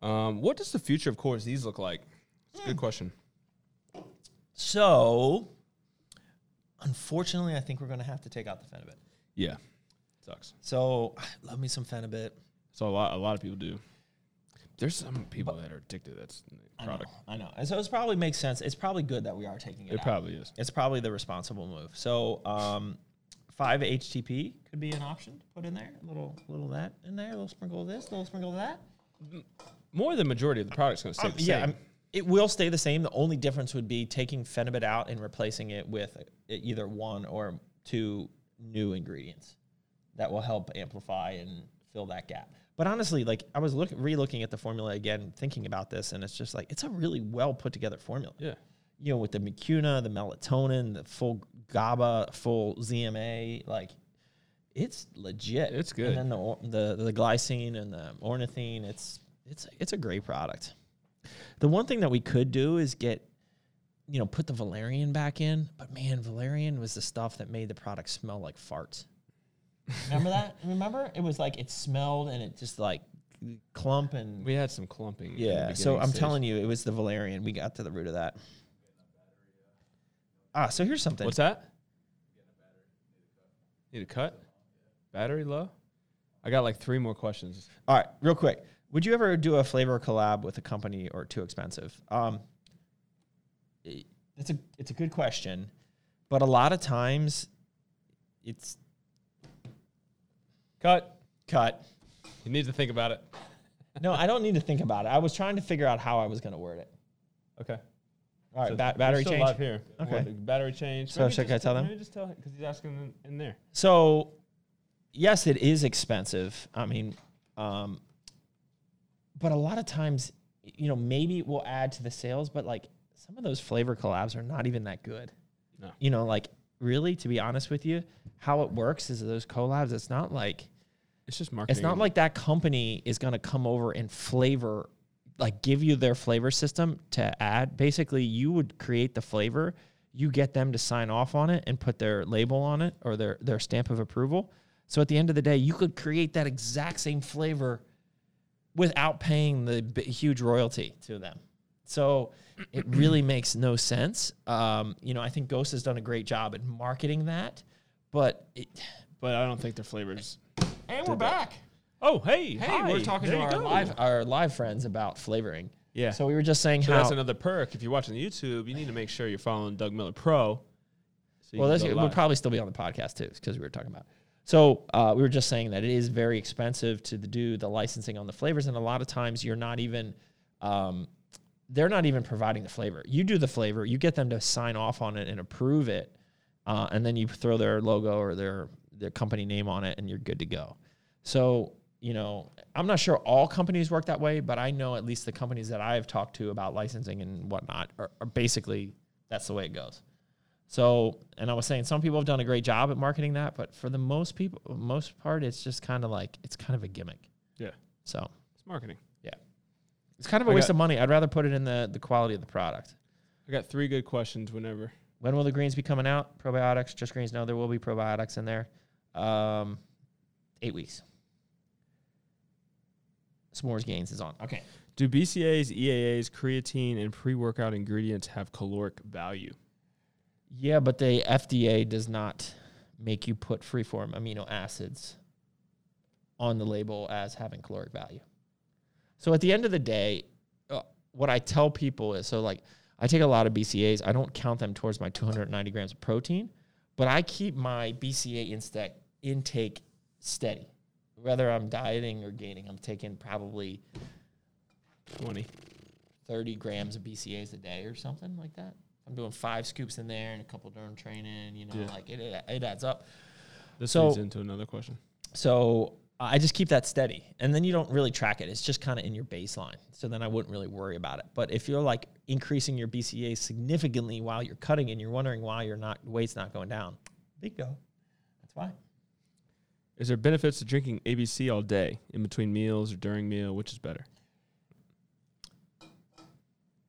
Speaker 4: Um, what does the future of Coors these look like? It's a good question.
Speaker 3: So, unfortunately, I think we're gonna have to take out the Fenibit.
Speaker 4: Yeah, sucks.
Speaker 3: So, love me some Fenibit.
Speaker 4: So a lot, a lot of people do. There's some people that are addicted. to That's product.
Speaker 3: I know. And so it probably makes sense. It's probably good that we are taking it.
Speaker 4: It
Speaker 3: out.
Speaker 4: probably is.
Speaker 3: It's probably the responsible move. So, um, five HTP could be an option to put in there. A little, little of that in there. A little sprinkle of this. A little sprinkle of that.
Speaker 4: More than majority of the product's going to stay
Speaker 3: Um,
Speaker 4: the
Speaker 3: yeah,
Speaker 4: same.
Speaker 3: I'm- it will stay the same. The only difference would be taking Fenibut out and replacing it with uh, either one or two new ingredients that will help amplify and fill that gap. But honestly, like I was look, re-looking at the formula again, thinking about this, and it's just like it's a really well put together formula.
Speaker 4: yeah.
Speaker 3: You know, with the mucuna, the melatonin, the full GABA, full ZMA, like it's legit.
Speaker 4: It's good.
Speaker 3: And then the or- the the glycine and the ornithine, it's it's it's a great product. The one thing that we could do is get you know, put the valerian back in, but man, valerian was the stuff that made the product smell like farts. Remember that? Remember? It was like it smelled and it just like clump and
Speaker 4: We had some clumping. in the
Speaker 3: yeah, so
Speaker 4: beginning
Speaker 3: I'm
Speaker 4: stage.
Speaker 3: telling you, it was the Valerian. We got to the root of that. Ah, so here's something.
Speaker 4: What's that? Need a cut? Battery low? I got like three more questions.
Speaker 3: All right, real quick. Would you ever do a flavor collab with a company or too expensive? Um, i- it's a it's a good question, but a lot of times, it's
Speaker 4: Cut.
Speaker 3: cut.
Speaker 4: You need to think about it.
Speaker 3: No, I don't need to think about it. I was trying to figure out how I was going to word it.
Speaker 4: Okay.
Speaker 3: All right, ba- battery change.
Speaker 4: Live here.
Speaker 3: Okay.
Speaker 4: One- Battery change.
Speaker 3: So should I
Speaker 4: just-
Speaker 3: tell them?
Speaker 4: Maybe just tell him because he's asking in, in there.
Speaker 3: So, yes, it is expensive. I mean, um, but a lot of times, you know, maybe it will add to the sales, but like some of those flavor collabs are not even that good.
Speaker 4: No.
Speaker 3: You know, like really, to be honest with you, how it works is those collabs, it's not like,
Speaker 4: It's just marketing.
Speaker 3: it's not like that company is going to come over and flavor like give you their flavor system to add basically you would create the flavor you get them to sign off on it and put their label on it or their their stamp of approval so at the end of the day you could create that exact same flavor without paying the b- huge royalty to them so it really makes no sense um, you know i think ghost has done a great job at marketing that but it,
Speaker 4: But I don't think their flavors.
Speaker 3: and we're back
Speaker 4: Oh, hey.
Speaker 3: Hey, we're talking to our live our live friends about flavoring.
Speaker 4: Yeah.
Speaker 3: So we were just saying
Speaker 4: So
Speaker 3: how
Speaker 4: that's another perk. If you're watching YouTube, you need to make sure you're following Doug Miller Pro. So you
Speaker 3: well,
Speaker 4: can
Speaker 3: this,
Speaker 4: go
Speaker 3: we'll
Speaker 4: live.
Speaker 3: probably still be on the podcast too because we were talking about. So uh, we were just saying that it is very expensive to do the licensing on the flavors, and a lot of times you're not even. Um, they're not even providing the flavor. You do the flavor, you get them to sign off on it and approve it, uh, and then you throw their logo or their their company name on it, and you're good to go. So you know, I'm not sure all companies work that way, but I know at least the companies that I've talked to about licensing and whatnot are, are basically that's the way it goes. So, and I was saying some people have done a great job at marketing that, but for the most people, most part, it's just kind of like it's kind of a gimmick.
Speaker 4: Yeah.
Speaker 3: So,
Speaker 4: It's marketing.
Speaker 3: yeah, it's kind of a
Speaker 4: I
Speaker 3: waste
Speaker 4: got-
Speaker 3: of money. I'd rather put it in the the quality of the product.
Speaker 4: I got three good questions whenever.
Speaker 3: When will the greens be coming out? Probiotics, just greens. No, there will be probiotics in there. Um, eight weeks. S'mores gains is on. Okay.
Speaker 4: Do BCAAs, EAAs, E creatine, and pre workout ingredients have caloric value?
Speaker 3: Yeah, but the FDA does not make you put freeform amino acids on the label as having caloric value. So at the end of the day, uh, what I tell people is so like I take a lot of BCAAs. I don't count them towards my 290 grams of protein, but I keep my BCA intake intake steady. Whether I'm dieting or gaining, I'm taking probably
Speaker 4: 20.
Speaker 3: 30 grams of BCAAs a day or something like that. I'm doing five scoops in there and a couple during training, you know, like it, it, it adds up.
Speaker 4: This
Speaker 3: So-
Speaker 4: leads into another question.
Speaker 3: So I just keep that steady. And then you don't really track it. It's just kind of in your baseline. So then I wouldn't really worry about it. But if you're like increasing your BCA significantly while you're cutting and you're wondering why your not weight's not going down, bingo. That's why.
Speaker 4: Is there benefits to drinking ABC all day in between meals or during meal? Which is better?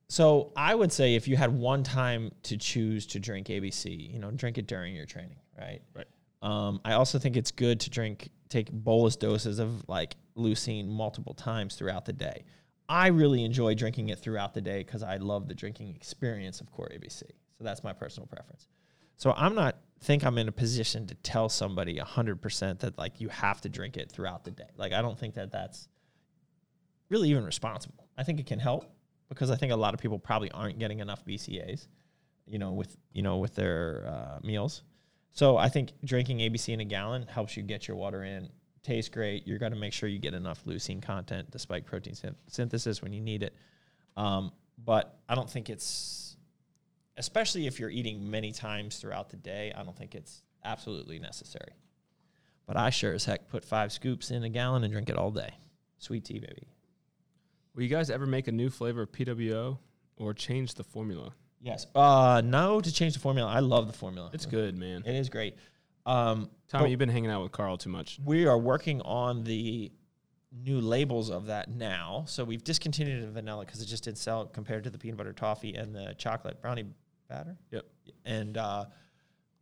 Speaker 3: So I would say if you had one time to choose to drink ABC, you know, drink it during your training, right?
Speaker 4: Right.
Speaker 3: Um, I also think it's good to drink, take bolus doses of like leucine multiple times throughout the day. I really enjoy drinking it throughout the day because I love the drinking experience of Core ABC. So that's my personal preference. So I'm not think I'm in a position to tell somebody 100% that like you have to drink it throughout the day. Like I don't think that that's really even responsible. I think it can help because I think a lot of people probably aren't getting enough BCAAs, you know, with you know with their uh, meals. So I think drinking ABC in a gallon helps you get your water in. Tastes great. You're going to make sure you get enough leucine content to spike protein syn- synthesis when you need it. Um, but I don't think it's, especially if you're eating many times throughout the day, I don't think it's absolutely necessary. But I sure as heck put five scoops in a gallon and drink it all day. Sweet tea, baby.
Speaker 4: Will you guys ever make a new flavor of PWO or change the formula?
Speaker 3: Yes. Uh, no, to change the formula. I love the formula.
Speaker 4: It's good, man.
Speaker 3: It is great. Um,
Speaker 4: Tommy, you've been hanging out with Carl too much.
Speaker 3: we are working on the new labels of that now. So we've discontinued the vanilla because it just didn't sell compared to the peanut butter toffee and the chocolate brownie batter.
Speaker 4: Yep.
Speaker 3: And uh,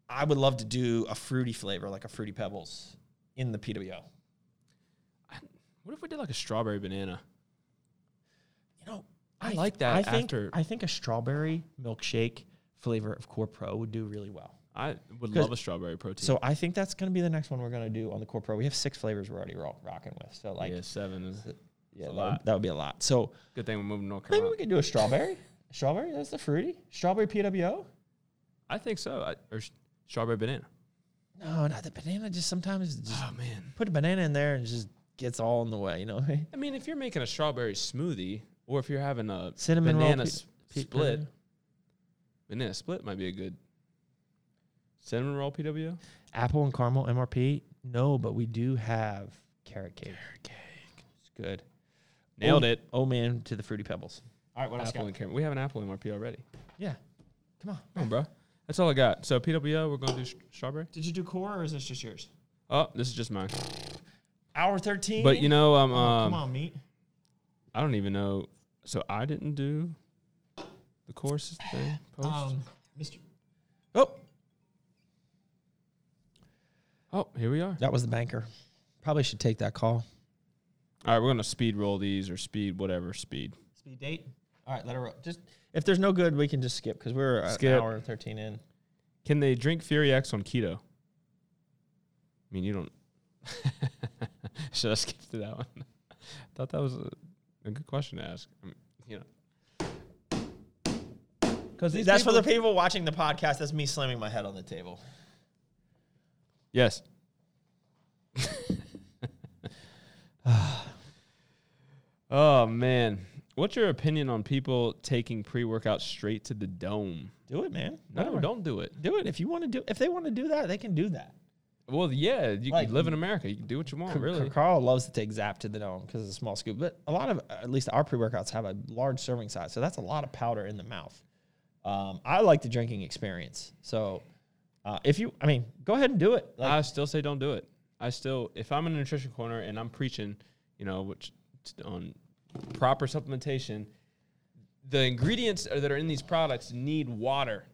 Speaker 3: I would love to do a fruity flavor, like a fruity pebbles, in the PWO.
Speaker 4: What if we did like a strawberry banana?
Speaker 3: You know,
Speaker 4: I like that
Speaker 3: I think
Speaker 4: after-
Speaker 3: I think a strawberry milkshake flavor of Core Pro would do really well.
Speaker 4: I would
Speaker 3: 'Cause-
Speaker 4: love a strawberry protein.
Speaker 3: So I think that's going to be the next one we're going to do on the Core Pro. We have six flavors we're already ro- rocking with. So like, uh,
Speaker 4: yeah, seven. Is
Speaker 3: yeah,
Speaker 4: a
Speaker 3: that would,
Speaker 4: lot.
Speaker 3: that would be a lot. So
Speaker 4: Good thing we're moving to North
Speaker 3: maybe
Speaker 4: Carolina.
Speaker 3: we could do a strawberry. strawberry, that's the fruity. Strawberry PWO.
Speaker 4: I think so. I, or sh- strawberry banana.
Speaker 3: No, not the banana. Just sometimes just
Speaker 4: man.
Speaker 3: put a banana in there and it just gets all in the way. You know what I mean?
Speaker 4: I mean, if you're making a strawberry smoothie, or if you're having a
Speaker 3: Cinnamon roll
Speaker 4: banana
Speaker 3: pe-
Speaker 4: s-
Speaker 3: pe-
Speaker 4: split,
Speaker 3: banana.
Speaker 4: banana split might be a good cinnamon roll PWO.
Speaker 3: Apple and caramel MRP. No, but we do have carrot cake. Carrot cake. It's good.
Speaker 4: Nailed
Speaker 3: Oh-
Speaker 4: it.
Speaker 3: Oh man, to the fruity pebbles.
Speaker 4: All right, what apple and caramel. We have an apple MRP already.
Speaker 3: Yeah. Come on.
Speaker 4: Come on, bro. That's all I got. So PWO, we're gonna do sh- strawberry.
Speaker 3: Did you do core or is this just yours?
Speaker 4: Oh, this is just mine.
Speaker 3: Hour thirteen.
Speaker 4: But you know, um,
Speaker 3: Oh, come
Speaker 4: um
Speaker 3: on, meat.
Speaker 4: I don't even know. So I didn't do the courses thing. Post.
Speaker 3: Um, Mr.
Speaker 4: oh. Oh, here we are.
Speaker 3: That was the banker. Probably should take that call.
Speaker 4: All right, we're gonna speed roll these or speed whatever speed.
Speaker 3: Speed date. All right, let her roll. Just if there's no good, we can just skip because we're an
Speaker 4: Skip.
Speaker 3: hour and thirteen in.
Speaker 4: Can they drink Fury X on keto? I mean, you don't. Should I skip to that one? thought that was a, a good question to ask. I mean, you know,
Speaker 3: Because that's for the people watching the podcast. That's me slamming my head on the table.
Speaker 4: yes. oh man, what's your opinion on people taking pre-workout straight to the dome?
Speaker 3: Do it, man.
Speaker 4: No,
Speaker 3: Whatever.
Speaker 4: don't do it.
Speaker 3: do it. If you want to do, if they want to do that, they can do that.
Speaker 4: Well, yeah, you
Speaker 3: Like-
Speaker 4: live in America. You can do what you want, really.
Speaker 3: Carl loves to take Zap to the dome because it's a small scoop. But a lot of, at least our pre workouts have a large serving size, so that's a lot of powder in the mouth. Um, I like the drinking experience. So uh, if you, I mean, go ahead and do it. Like,
Speaker 4: I still say don't do it. I still, if I'm in a nutrition corner and I'm preaching, you know, which on proper supplementation, the ingredients that are in these products need water.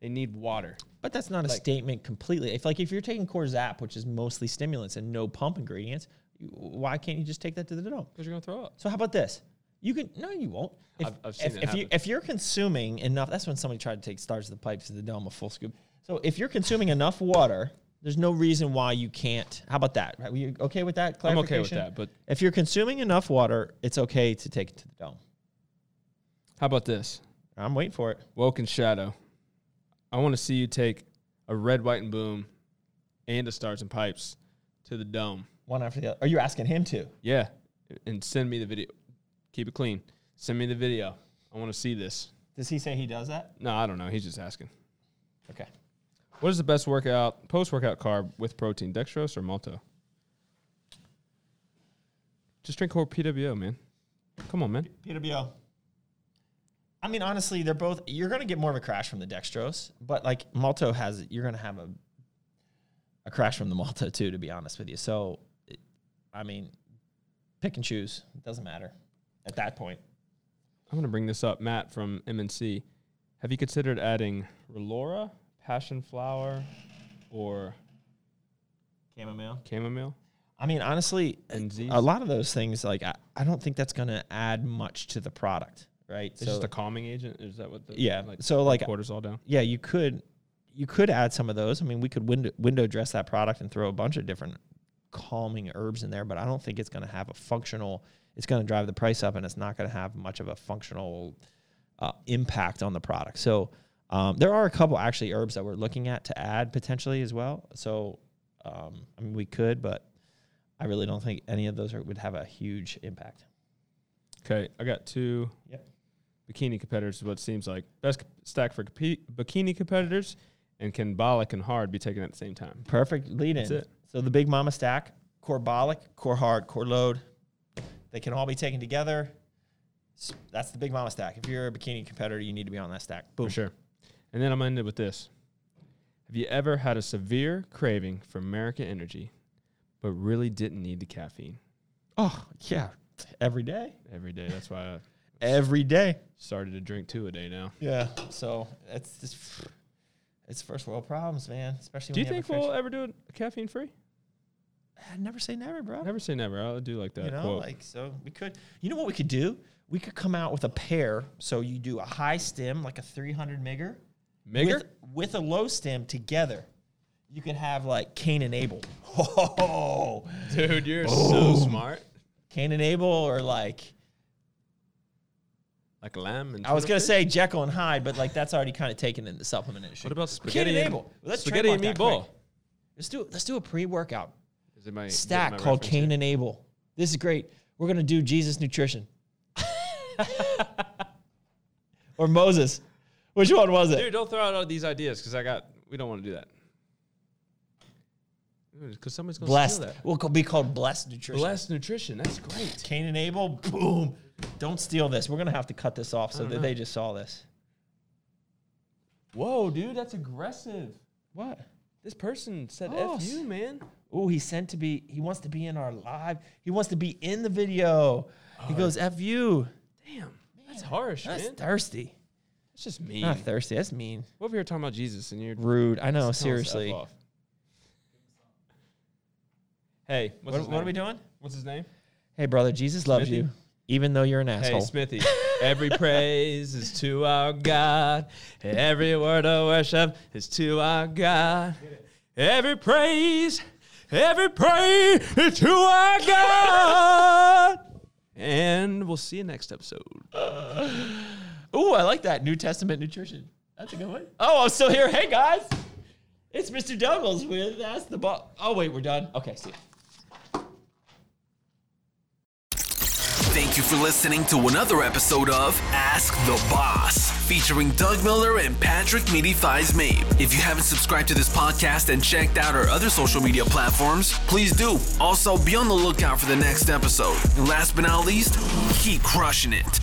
Speaker 4: They need water.
Speaker 3: But that's not a statement completely. If like if you're taking Core Zap, which is mostly stimulants and no pump ingredients, you- why can't you just take that to the dome?
Speaker 4: Because you're going to throw up.
Speaker 3: So how about this? You can no, you won't. If,
Speaker 4: I've- I've seen
Speaker 3: if,
Speaker 4: it
Speaker 3: if you
Speaker 4: happen.
Speaker 3: if you're consuming enough, that's when somebody tried to take stars to the pipes to the dome a full scoop. So if you're consuming enough water, there's no reason why you can't. How about that? Right? Were you okay with that?
Speaker 4: I'm okay with
Speaker 3: clarification?
Speaker 4: that, but-
Speaker 3: if you're consuming enough water, it's okay to take it to the dome.
Speaker 4: How about this?
Speaker 3: I'm waiting for it.
Speaker 4: Woken Shadow. I want to see you take a red, white, and boom and a stars and pipes to the dome.
Speaker 3: One after the other. Are you asking him to?
Speaker 4: Yeah. And send me the video. Keep it clean. Send me the video. I want to see this.
Speaker 3: Does he say he does that?
Speaker 4: No, I don't know. He's just asking.
Speaker 3: Okay.
Speaker 4: What is the best workout post workout carb with protein, dextrose or malto? Just drink core PWO, man. Come on, man.
Speaker 3: PWO. I mean, honestly, they're both. You're going to get more of a crash from the dextrose, but like Malto has, you're going to have a a crash from the Malto too. To be honest with you, so it, I mean, pick and choose. It doesn't matter at that point.
Speaker 4: I'm gonna bring this up, Matt from MNC. Have you considered adding Relora, passion flower, or
Speaker 3: Chamomile.
Speaker 4: chamomile?
Speaker 3: I mean, honestly,
Speaker 4: And Z's?
Speaker 3: a lot of those things, like I, I don't think that's going to add much to the product, right?
Speaker 4: It's just a calming agent. Is that what? The,
Speaker 3: yeah.
Speaker 4: like,
Speaker 3: so like,
Speaker 4: cortisol down.
Speaker 3: yeah, you could you could add some of those. I mean, we could window window dress that product and throw a bunch of different calming herbs in there, but I don't think it's going to have a functional it's going to drive the price up and it's not going to have much of a functional uh, impact on the product. So um, there are a couple actually herbs that we're looking at to add potentially as well. So um, I mean, we could, but I really don't think any of those are, would have a huge impact.
Speaker 4: Okay, I got two
Speaker 3: Yep.
Speaker 4: bikini competitors. Is what it seems like best c- stack for compe- bikini competitors, and can Bollock and Hard be taken at the same time?
Speaker 3: Perfect lead in.
Speaker 4: That's it.
Speaker 3: So the Big Mama stack, core bolic, core hard, core load. They can all be taken together. S- That's the Big Mama stack. If you're a bikini competitor, you need to be on that stack. Boom.
Speaker 4: For sure. And then I'm gonna end it with this. Have you ever had a severe craving for American Energy, but really didn't need the caffeine
Speaker 3: Oh, yeah. Every day.
Speaker 4: every day? That's why I
Speaker 3: Every day.
Speaker 4: started to drink two a day now.
Speaker 3: Yeah. So it's just it's first world problems, man. Especially
Speaker 4: Do you
Speaker 3: when
Speaker 4: think
Speaker 3: have a
Speaker 4: we'll ever do it caffeine free?
Speaker 3: fridge. never say never, bro.
Speaker 4: Never say never. I'll do like that
Speaker 3: you know,
Speaker 4: quote.
Speaker 3: like so we could. You know what we could do? We could come out with a pair. So you do a high stem, like a 300 migger,
Speaker 4: Migger?
Speaker 3: with, with a low stem together. You could have like Cain and Abel. Oh,
Speaker 4: Dude, you're so smart.
Speaker 3: Cain and Abel, or like
Speaker 4: Like lamb and
Speaker 3: I was gonna
Speaker 4: tuna
Speaker 3: say Jekyll and Hyde, but like that's already kind of taken in the supplement industry.
Speaker 4: What about
Speaker 3: Cain
Speaker 4: spaghetti
Speaker 3: and
Speaker 4: and-
Speaker 3: Abel? Let's
Speaker 4: spaghetti and
Speaker 3: trademark that
Speaker 4: meatball?
Speaker 3: quick. Let's do let's do a pre-workout
Speaker 4: fish. Is it my- is it my
Speaker 3: stack called
Speaker 4: reference
Speaker 3: Cain
Speaker 4: here?
Speaker 3: and Abel. This is great. We're gonna do Jesus nutrition. or Moses. Which one was it?
Speaker 4: Dude, don't throw out all these ideas because I got. We don't want to do that. Because somebody's gonna
Speaker 3: blessed.
Speaker 4: steal that.
Speaker 3: We'll be called blessed nutrition.
Speaker 4: Blessed nutrition. That's great.
Speaker 3: Cain and Abel, boom. Don't steal this. We're gonna have to cut this off so
Speaker 4: don't
Speaker 3: that
Speaker 4: know.
Speaker 3: they just saw this.
Speaker 4: Whoa, dude, that's aggressive.
Speaker 3: What?
Speaker 4: This person said
Speaker 3: Oh,
Speaker 4: "f
Speaker 3: s-
Speaker 4: you," man.
Speaker 3: Oh, he's sent to be. He wants to be in our live. He wants to be in the video. he goes, "F you."
Speaker 4: Damn, that's harsh,
Speaker 3: That's
Speaker 4: man.
Speaker 3: thirsty.
Speaker 4: That's just mean.
Speaker 3: Not thirsty. That's mean.
Speaker 4: We're over here talking about Jesus, and you're
Speaker 3: Rude. I know.
Speaker 4: telling us to F
Speaker 3: Seriously. What,
Speaker 4: off. Hey, what's his
Speaker 3: what are
Speaker 4: name?
Speaker 3: we doing?
Speaker 4: What's his name?
Speaker 3: Hey, brother, Jesus loves
Speaker 4: Smithy?
Speaker 3: you, even though you're an
Speaker 4: Hey,
Speaker 3: asshole.
Speaker 4: Smithy. Every praise is to our God. Every word of worship is to our God. Every praise, every praise is to our God. And we'll see you next episode.
Speaker 3: Ooh, I like that New Testament nutrition. That's a good one. Oh, I'm still here. Hey, guys. It's Mr. Douglas with That's the Ball. Oh, wait, we're done. Okay, see ya.
Speaker 2: Thank you for listening to another episode of Ask the Boss, featuring Doug Miller and Patrick Meaty Thighs Mabe. If you haven't subscribed to this podcast and checked out our other social media platforms, please do. Also, be on the lookout for the next episode. And last but not least, keep crushing it.